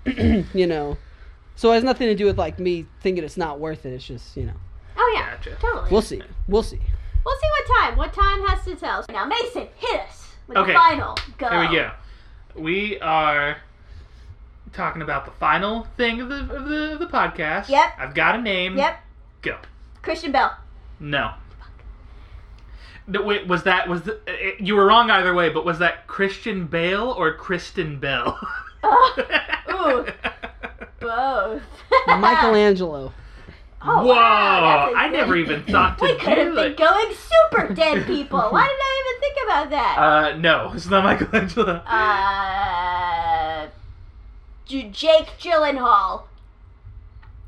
B: you know. So it has nothing to do with like me thinking it's not worth it. It's just you know,
A: Oh yeah,
C: Gotcha.
A: totally.
B: we'll see, we'll see.
A: We'll see what time. What time has to tell. Now, Mason, hit us with
C: Okay.
A: the final go.
C: Here we go. We are talking about the final thing of the of the, of the podcast.
A: Yep.
C: I've got a name.
A: Yep,
C: Go.
A: Christian Bell.
C: No. No, Wait, was that was the, eh, you were wrong either way? But was that Christian Bale or Kristen Bell?
A: Ugh, Oh, ooh, both.
B: Michelangelo.
A: Oh,
C: Whoa!
A: wow, that's a
C: I
A: good-
C: never even thought to
A: We could have
C: do
A: been
C: it.
A: going super dead people. Why did I even think about that?
C: uh, no, it's not Michelangelo.
A: Uh,
C: Uh,
A: J- Jake Gyllenhaal.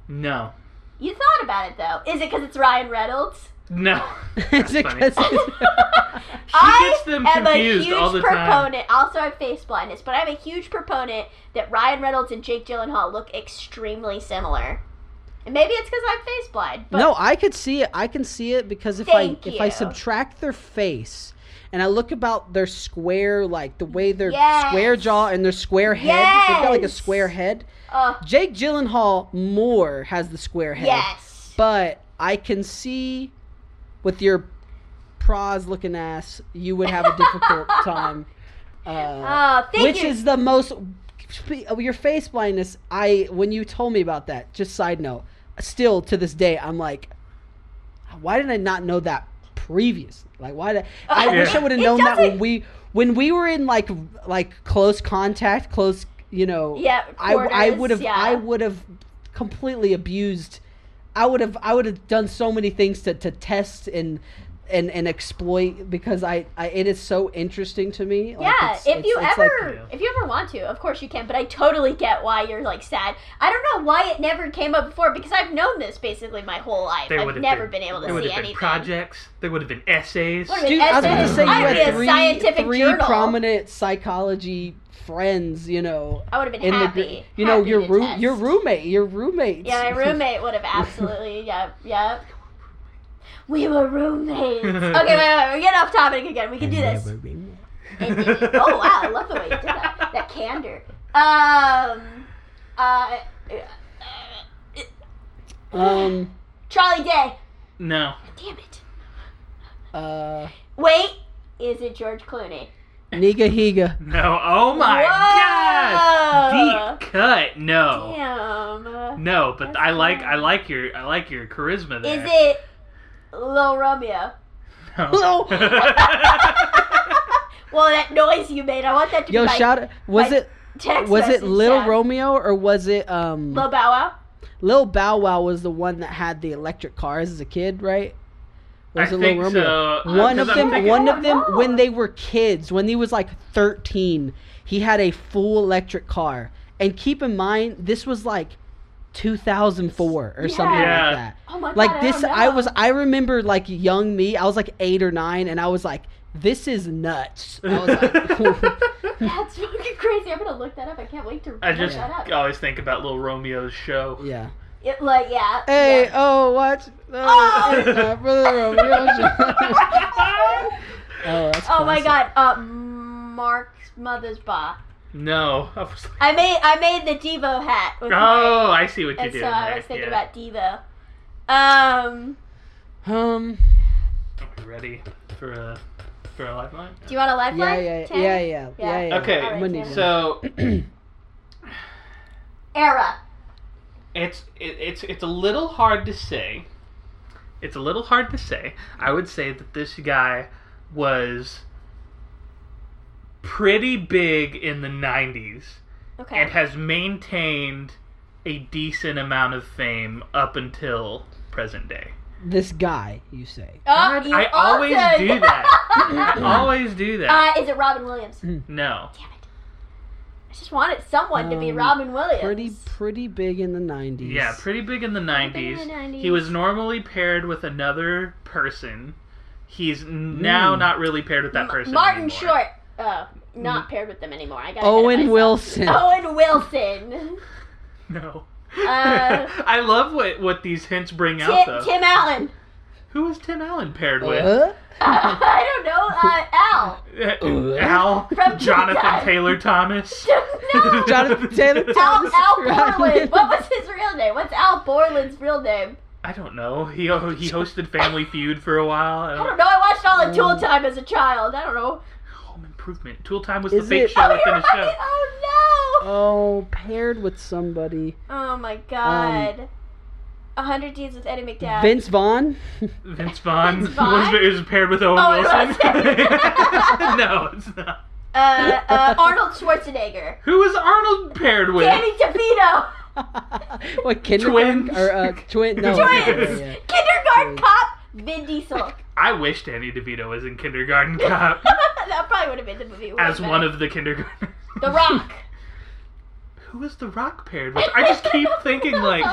C: no,
A: You thought about it though. Is it because it's Ryan Reynolds?
C: no.
B: Is
C: That's
B: it
C: funny.
B: 'cause it's-
A: She
C: He gets them
A: am
C: confused
A: a huge
C: all the time.
A: proponent. Also, I have face blindness, but I'm a huge proponent that Ryan Reynolds and Jake Gyllenhaal look extremely similar. And maybe it's because I'm face blind. But
B: no, I could see it. I can see it because if
A: Thank
B: I if I
A: you.
B: subtract their face and I look about their square, like the way their
A: Yes.
B: square jaw and their square head, they've got like a
A: Yes.
B: square head.
A: uh,
B: Jake Gyllenhaal more has the square head.
A: yes.
B: but I can see with your pros looking ass, you would have a difficult time. Uh,
A: Uh, thank
B: which
A: you.
B: is the most spe- your face blindness? I when you told me about that. Just side note, still to this day, I'm like, why did I not know that previously? Like, why did I
A: Yeah.
B: wish I would have
A: It
B: known that when
A: doesn't-
B: we when we were in like like close contact, close you know.
A: Yeah,
B: I I
A: quarters,
B: would have
A: yeah.
B: I would have completely abused. I would have I would have done so many things to, to test and and and exploit because I, I it is so interesting to me. Like,
A: yeah,
B: it's-
A: if
B: it's-
A: you
B: it's
A: ever
B: like-
A: if you ever want to, of course you can, but I totally get why you're like sad. I don't know why it never came up before because I've known this basically my whole life.
C: There
A: I've
C: would've
A: never been, able to
C: there
A: see
C: would've been
A: anything.
C: projects. There would have been essays.
A: Would've been
B: Dude, I was going to
A: essay.
B: say you
A: I'd be
B: had
A: a
B: three,
A: scientific
B: three
A: journal.
B: prominent psychology friends, you know,
A: I would have been
B: in the
A: happy.
B: gr- you know
A: happy
B: your
A: to
B: room
A: test.
B: your roommate your roommates.
A: Yeah, my roommate would have absolutely. Yep, yep. We were roommates. Okay, wait, wait, we get off topic again. We can do this. And you- oh wow, I love the way you did that. That candor. Um, uh,
B: Um.
A: Charlie Day.
C: No.
A: Damn it.
B: Uh.
A: Wait, is it George Clooney?
B: Niga Higa.
C: No. Oh my
A: Whoa!
C: god. Deep cut. No.
A: Damn.
C: No, but
A: That's
C: I like
A: fine.
C: I like your I like your charisma there.
A: Is it Lil Romeo?
C: No.
B: Hello.
A: Well, that noise you made, I want that to
B: Yo,
A: be my
B: shout. out- Was
A: my
B: it
A: text
B: was it
A: message
B: Little
A: sound.
B: Romeo or was it um
A: Lil Bow Wow.
B: Lil Bow Wow was the one that had the electric cars as a kid, right? Or
C: I
B: was it
C: think
B: Lil Romeo?
C: so. uh,
B: One of
C: 'cause I'm
B: them,
C: thinking-
B: one of them,
A: Oh.
B: when they were kids, when he was like thirteen, he had a full electric car. And keep in mind, this was like 2004 or something
C: Yeah.
B: like that.
A: Oh my god.
B: Like this,
A: I, don't
B: I
A: know.
B: was. I remember like young me. I was like eight or nine, and I was like, this is nuts. I was like,
A: That's fucking crazy. I'm gonna look that up. I can't wait to look
C: I just
A: that Oh, up.
C: always think about Little Romeo's show.
B: yeah.
A: It, like, yeah.
B: Hey,
A: yeah.
B: oh, watch.
A: Oh!
B: Oh, my brother Romeo. oh, that's
A: Oh my
B: classic.
A: god. Uh, Mark's mother's ba.
C: no, I was like,
A: I made I made the Devo hat. With my,
C: oh, I see what you
A: and
C: did.
A: so I was
C: there.
A: thinking
C: yeah.
A: about Devo. Um,
B: Um.
C: Are we ready for a for a lifeline?
A: do you want a lifeline?
B: Yeah, yeah,
A: Ten?
B: yeah, yeah,
A: Yeah.
B: yeah, yeah.
C: Okay,
A: All right,
B: Money
A: ten.
B: one.
C: So
A: Era.
C: it's it, it's it's a little hard to say. It's a little hard to say. I would say that this guy was pretty big in the '90s.
A: Okay.
C: and has maintained a decent amount of fame up until present day.
B: This guy, you say?
A: Oh,
C: God,
A: you
C: I always
A: also-
C: do that. I always do that.
A: uh, is it Robin Williams?
B: Mm.
A: Damn
C: No.
A: it. I just wanted someone to be
B: Um,
A: Robin Williams.
B: Pretty, pretty big in the '90s.
C: Yeah, pretty big in the
A: big in the
C: 90s. He was normally paired with another person. He's n- now
B: Mm.
C: not really paired with that
A: M-
C: person.
A: Martin
C: anymore.
A: Short. Oh, not paired with them anymore. I Oh. got
B: Owen Wilson.
A: Owen Wilson.
C: No.
A: Uh,
C: I love what, what these hints bring out,
A: Tim,
C: though.
A: Tim Allen.
C: Who was Tim Allen paired with?
B: Huh?
A: I don't know.
B: Uh.
A: Uh, Al.
C: Uh, Al?
A: From
C: Jonathan
A: Jedi.
C: Taylor Thomas?
A: no.
B: Jonathan Taylor
A: Al,
B: Thomas.
A: Al
B: right?
A: Borland. What was his real name? What's Al Borland's real name?
C: I don't know. He he hosted Family Feud for a while. I
A: I
C: don't
A: don't know. I watched all of
B: Um,
A: Tool Time as a child. I don't know.
C: Home Improvement. Tool Time was the
B: Is
C: fake
B: it-
C: show
A: Oh,
C: within
A: you're
C: a show.
A: right. Oh no.
B: Oh, paired with somebody.
A: Oh my god. A hundred deeds with Eddie McDowell.
B: um, Vince Vaughn.
C: Vince Vaughn,
A: Vince Vaughn?
C: Was, was paired with Owen
A: Oh, it
C: Wilson.
A: was.
C: no, it's not.
A: uh, uh, Arnold Schwarzenegger.
C: Who was Arnold paired with?
A: Danny DeVito.
B: what kindergarten
C: Twins.
B: or uh, twin? No,
A: Twins.
B: yeah, yeah.
A: Kindergarten
B: Twins.
A: Cop. Vin Diesel.
C: I wish Danny DeVito was in Kindergarten Cop
A: that probably would have been the movie. we
C: as
A: would've
C: one
A: been.
C: of the kindergartners.
A: The Rock.
C: Who was The Rock paired with? I just keep thinking like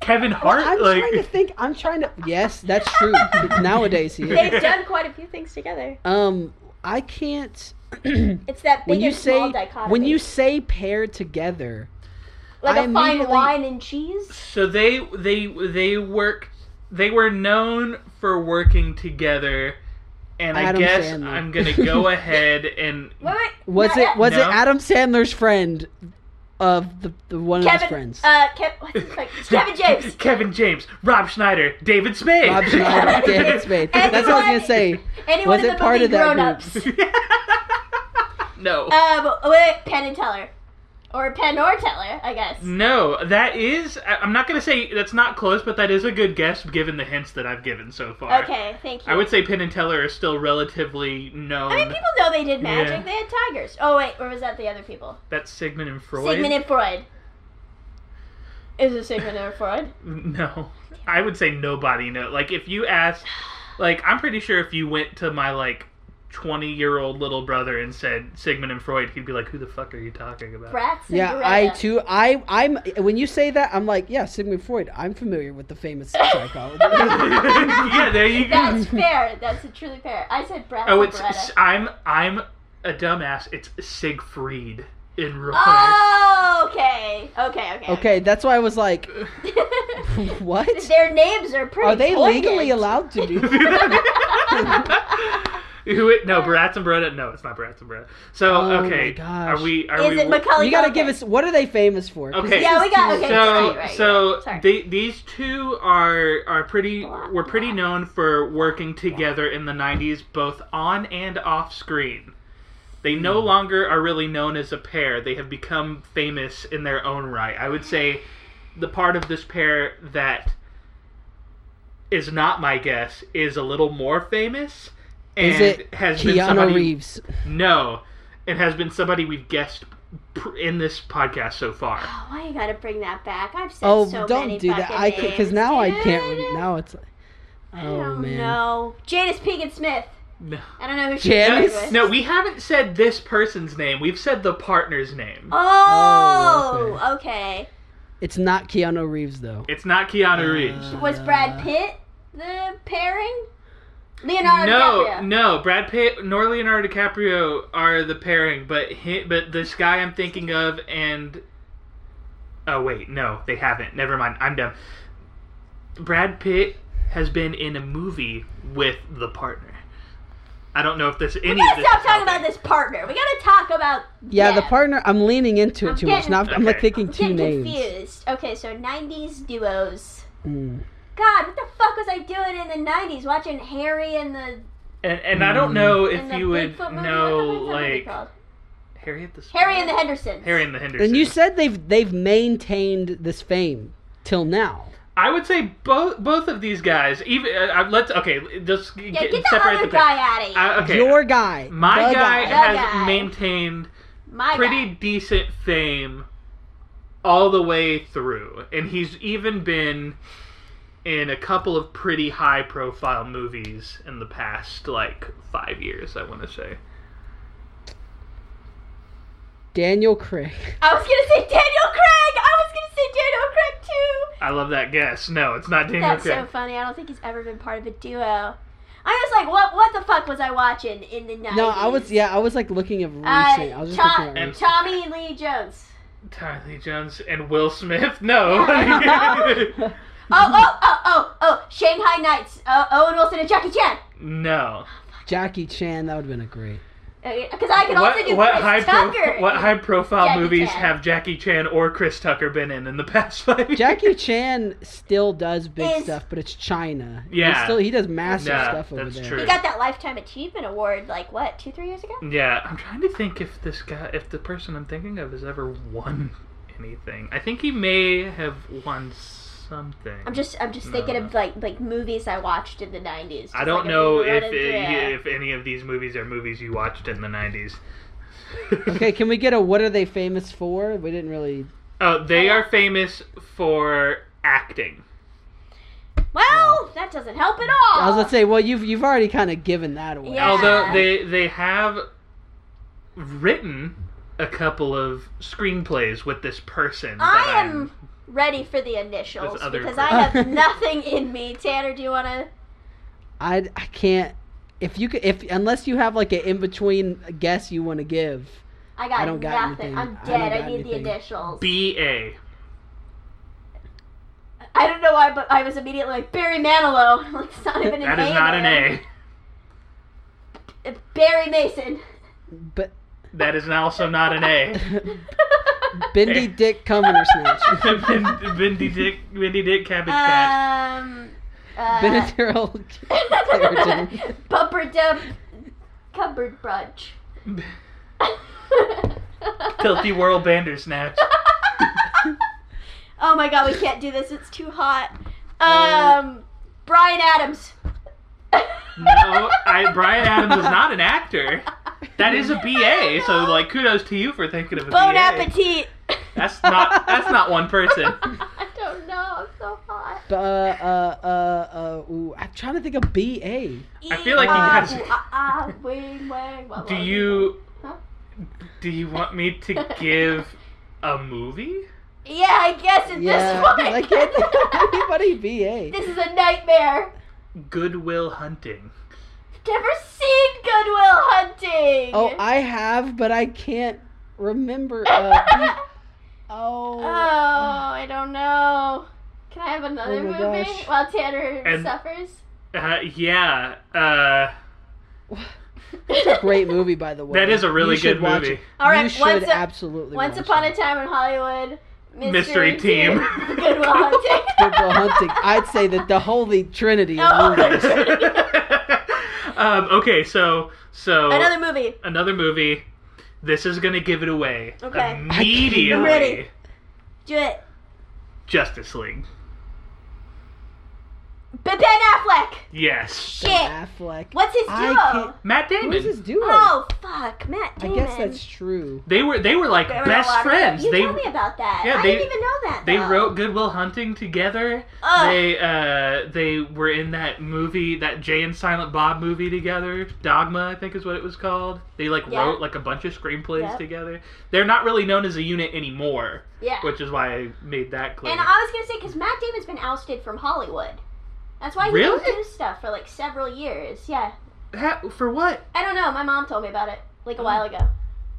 C: Kevin Hart.
B: I'm
C: like
B: trying to think. I'm trying to. Yes, that's true. Nowadays, he is.
A: They've done quite a few things together.
B: Um, I can't.
A: It's that big
B: when you
A: and small
B: say
A: dichotomy.
B: when you say paired together,
A: like
B: I
A: a fine
B: immediately-
A: wine and cheese.
C: So they they they work they were known for working together and I
B: Adam
C: guess
B: Sandler.
C: I'm going to go ahead and
A: Wait, wait,
B: was
A: not
B: it
A: yet.
B: was
C: No.
B: it Adam Sandler's friend of the, the one of his
A: Kevin?
B: friends?
A: Uh, Kev, what's his name? Kevin James.
C: Kevin James, Rob Schneider, David Spade.
B: Rob Schneider, David Spade. That's what I was
A: Anyone-
B: gonna say.
A: Anyone
B: Was
A: in
B: it
A: the
B: part
A: movie
B: of that
A: Grown
B: group?
A: Ups?
C: no.
A: um, wait, Penn and Teller, or Penn or Teller, I guess.
C: Mm. no, that is I- I'm not going to say that's not close, but that is a good guess given the hints that I've given so far.
A: Okay, thank you.
C: I would say Penn and Teller are still relatively known.
A: I mean, people know they did magic.
C: Yeah.
A: They had tigers. Oh wait, where was that? The other people.
C: That's Sigmund and Freud.
A: Sigmund and Freud. Is it Sigmund and Freud?
C: No. I would say nobody know. Like if you asked like I'm pretty sure if you went to my like 20-year-old little brother and said Sigmund and Freud, he'd be like, "Who the fuck are you talking about?"
A: Bratz. And
B: Yeah, I
A: Greta.
B: too. I I'm when you say that, I'm like, yeah, Sigmund Freud. I'm familiar with the famous psychologist.
C: yeah, there you go.
A: That's fair. That's truly fair. I said Bratz.
C: Oh,
A: and
C: it's
A: Greta.
C: s- I'm I'm a dumbass. It's Siegfried in real life.
A: Oh, okay. Okay, okay.
B: okay, that's why I was like, what?
A: Their names are pretty
B: Are they
A: poignant.
B: legally allowed to do? that?
C: Who it, no, Bratz and Bretta. No, it's not Bratz and Bretta. So,
B: Oh my
C: okay.
B: gosh.
C: Are we are
A: Is
C: we
A: it Macaulay
B: You gotta
A: Culkin?
B: give us what are they famous for? 'Cause
C: Okay.
B: this
A: Yeah,
B: is
A: we
B: too-
A: got- okay.
C: so
A: right, right,
C: so
A: right. Sorry.
C: They, these two are are pretty
A: Blah,
C: were pretty
A: blah.
C: known for working together in the 90s both on and off screen they no
A: Hmm.
C: longer are really known as a pair they have become famous in their own right i would say the part of this pair that is not my guess is a little more famous and
B: Is it
C: has been
B: Keanu
C: somebody
B: Reeves?
C: no it has been somebody we've guessed pr- in this podcast so far
A: Oh, why you gotta bring that back? I've said
B: Oh,
A: so
B: don't
A: many
B: do that. I can because
A: because
B: now I can't. Re- now it's. Like,
A: I
B: oh
A: don't
B: man.
A: know. Janice Pinkett Smith.
C: no
A: I don't know who
B: Janice?
A: she
C: No,
A: is.
C: no, we haven't said this person's name. We've said the partner's name.
A: Oh,
B: Oh,
A: okay.
B: It's not Keanu Reeves though.
C: It's not Keanu Reeves.
B: Uh,
A: Was Brad Pitt the pairing? Leonardo
C: no,
A: DiCaprio.
C: no, Brad Pitt nor Leonardo DiCaprio are the pairing, but hi but this guy I'm thinking of and oh wait, no, they haven't. Never mind, I'm dumb. Brad Pitt has been in a movie with the partner. I don't know if there's any.
A: We gotta
C: of this
A: stop talking
C: topic.
A: about this partner. We gotta talk about
B: Yeah, the
A: them.
B: partner. I'm leaning into it
A: I'm
B: too much.
A: getting-
B: Now I'm like
C: Okay.
B: thinking
A: I'm
B: two
A: getting
B: names.
A: confused. Okay, so '90s duos.
B: Mm.
A: God, what the fuck was I doing in the '90s? Watching Harry and the
C: And, and I don't know if
A: and the
C: you would
A: Bigfoot movie?
C: know
A: what the fuck's that movie
C: like
A: called?
C: Harry at the Spy?
A: Harry and the Hendersons.
C: Harry and the Henderson.
B: And you said they've they've maintained this fame till now.
C: I would say both both of these guys. Even uh, let's okay, just
A: Yeah, get,
C: get,
A: the
C: separate
A: other
C: the
A: guy out of here.
C: Uh, okay,
B: Your guy,
C: My
B: the
C: guy,
A: guy.
C: has
A: The guy.
C: maintained
A: My
C: pretty
A: guy.
C: decent fame all the way through, and he's even been in a couple of pretty high profile movies in the past like five years. I want to say.
B: Daniel Craig.
A: I was gonna say Daniel Craig. I was gonna say Daniel Craig too.
C: I love that guess. No, it's not Daniel
A: That's
C: Craig.
A: so funny. I don't think he's ever been part of a duo. I was like, what? What the fuck was I watching in the nineties?
B: No, I was yeah, I was like looking at recent. I
A: Uh,
B: was just
A: Tom,
B: looking at
C: And-
B: recent.
A: Tommy Lee Jones.
C: Tommy Lee Jones and Will Smith. No.
A: Yeah. Oh, oh, oh, oh, oh! Shanghai Knights. Uh, Owen Wilson and Jackie Chan.
C: no.
B: Jackie Chan. That would have been a great.
A: Because Uh, I can also do
C: What, what
A: Chris
C: high prof-
A: Tucker.
C: what high profile
A: Jackie
C: movies
A: Chan.
C: have Jackie Chan or Chris Tucker been in in the past five years?
B: Jackie Chan still does big
A: Is-
B: stuff, but it's China. He
C: Yeah.
B: still he does massive
C: Yeah,
B: stuff over
C: that's
B: there.
A: he
C: true.
A: got that Lifetime Achievement Award like what two, three years ago?
C: Yeah, I'm trying to think if this guy, if the person I'm thinking of has ever won anything. I think he may have won something.
A: I'm just, I'm just
C: No.
A: thinking of like like movies I watched in the '90s. just
C: I don't
A: like a
C: know
A: people
C: if
A: running
C: it,
A: through.
C: if any of these movies are movies you watched in the 90s.
B: Okay, can we get a what are they famous for? We didn't really.
C: Oh, they are famous for acting.
A: Well, that doesn't help at all.
B: I was gonna say, well, you've you've already kind of given that away.
A: Yeah.
C: Although they they have written a couple of screenplays with this person. that
A: I
C: I'm-
A: am ready for the initials
C: With other
A: because I
C: groups.
A: have nothing in me. Tanner, do you want to?
B: I I can't. If you could, if unless you have like an in between guess you want to give,
A: I got
B: I don't got
A: nothing.
B: anything.
A: I'm
B: I don't
A: dead. I,
B: got
A: need
B: anything.
A: the initials.
C: B.A.
A: I don't know why, but I was immediately like Barry Manilow. like it's not even an
C: That
A: A.
C: is not an
A: there.
C: A.
A: Uh, Barry Mason.
B: but
C: That is also not an A.
B: Bendy Dick Cumber Snatch,
C: Vin, Vindy Dick, Vindy Dick Cabbage Patch.
A: um. Uh,
B: Benadryl. Claritin.
A: Bumper dump. Cupboard brunch.
C: Filthy World Bandersnatch.
A: Oh my god, we can't do this. It's too hot.
C: Uh,
A: Um, Brian Adams.
C: No, I, Brian Adams is not an actor. That is a BA, so like kudos to you for thinking of a
A: Bon
C: BA.
A: appetit.
C: That's not that's not one person.
A: I don't know. I'm so hot.
B: Uh, uh, uh, uh, ooh, I'm trying to think of BA.
C: I feel like you
A: Ah,
C: guys-
A: ooh, ah, ah, wing, wang, wah,
C: Do
A: wah,
C: you
A: Huh?
C: do you want me to give a movie?
A: wing. Yeah, I guess at
B: Yeah,
A: this point.
B: I can't think of anybody BA.
A: this is a nightmare.
C: Goodwill Hunting.
A: Never seen Goodwill Hunting.
B: Oh, I have, but I can't remember. Uh, B-
A: oh,
B: oh,
A: I don't know. Can I have another
B: Oh my
A: movie
B: gosh.
A: while Tanner
C: And-
A: suffers?
C: Uh, yeah, uh,
B: great movie by the way.
C: that is a really
B: You should
C: good
B: watch
C: movie.
B: it.
A: All
B: you
A: right,
B: should
A: once, a,
B: absolutely.
A: once
B: watch
A: upon
B: it.
A: a time in Hollywood,
C: Mystery Team.
A: Goodwill Hunting.
B: Goodwill Hunting. I'd say that the holy trinity of
A: Oh.
B: movies.
C: um, okay, so so
A: Another movie.
C: another movie. This is gonna give it away
A: Okay.
C: immediately.
A: I'm ready. Do it.
C: Justice League.
A: But Ben Affleck.
C: Yes.
A: Shit.
B: Affleck.
A: What's his
B: I
A: duo?
B: can't-
C: Matt
B: What is this
C: Damon.
B: duo?
A: Oh fuck, Matt
B: I
A: Damon.
B: guess that's true.
C: They were they were like
A: They were
C: best
A: a lot of-
C: friends.
A: You
C: they
A: told me about that.
C: Yeah,
A: I
C: they-
A: didn't even know that.
C: they
A: though. Oh,
C: wrote Goodwill Hunting together.
A: Ugh.
C: They uh they were in that movie, that Jay and Silent Bob movie together. Dogma, I think is what it was called. They like
A: Yeah.
C: wrote like a bunch of screenplays
A: Yep.
C: together. They're not really known as a unit anymore,
A: Yeah.
C: which is why I made that clear.
A: And I was gonna say because Matt Damon's been ousted from Hollywood. That's why he
C: Really?
A: didn't do stuff for like several years. Yeah.
C: Ha- for what?
A: I don't know. My mom told me about it like a
C: Mm.
A: while ago.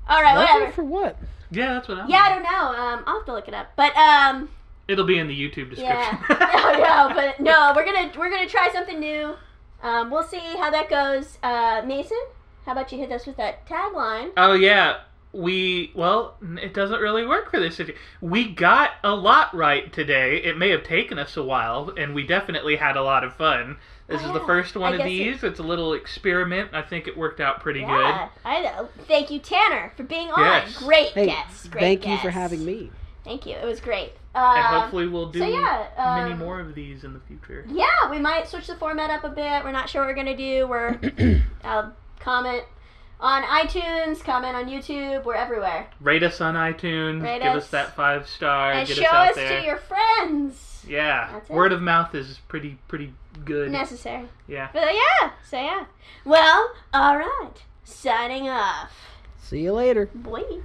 A: All
B: Was
A: right,
B: it
A: whatever.
B: For what?
C: Yeah, that's what I'm.
A: Yeah, I don't know. Um, I'll have to look it up. But um,
C: It'll be in the YouTube description.
A: yeah. no, no, but no, we're gonna we're gonna try something new. Um, we'll see how that goes. Uh, Mason, how about you hit us with that tagline?
C: Oh yeah, we well, it doesn't really work for this situation. We got a lot right today. It may have taken us a while, and we definitely had a lot of fun. This
A: Oh,
C: is the
A: yeah.
C: first one
A: I
C: of
A: guess
C: these. It's a little experiment. I think it worked out pretty
A: yeah, I know. Thank you, Tanner, for being on.
C: Yes.
A: Great
B: Hey,
A: guess. Great
B: Thank you
A: guess.
B: for having me.
A: Thank you. It was great.
C: good, and
A: Um,
C: hopefully we'll do
A: so yeah, um,
C: many more of these in the future.
A: Yeah, we might switch the format up a bit. We're not sure what we're gonna do. We're uh, comment on iTunes, comment on YouTube. We're everywhere.
C: Rate us on iTunes.
A: Rate
C: give us,
A: us.
C: that five star.
A: and
C: get
A: show
C: us out
A: us
C: there.
A: to your friends.
C: yeah,
A: That's it.
C: word of mouth is pretty pretty good.
A: Necessary.
C: Yeah.
A: But uh, yeah, so yeah. Well, all right. Signing off.
B: See you later.
A: Boy.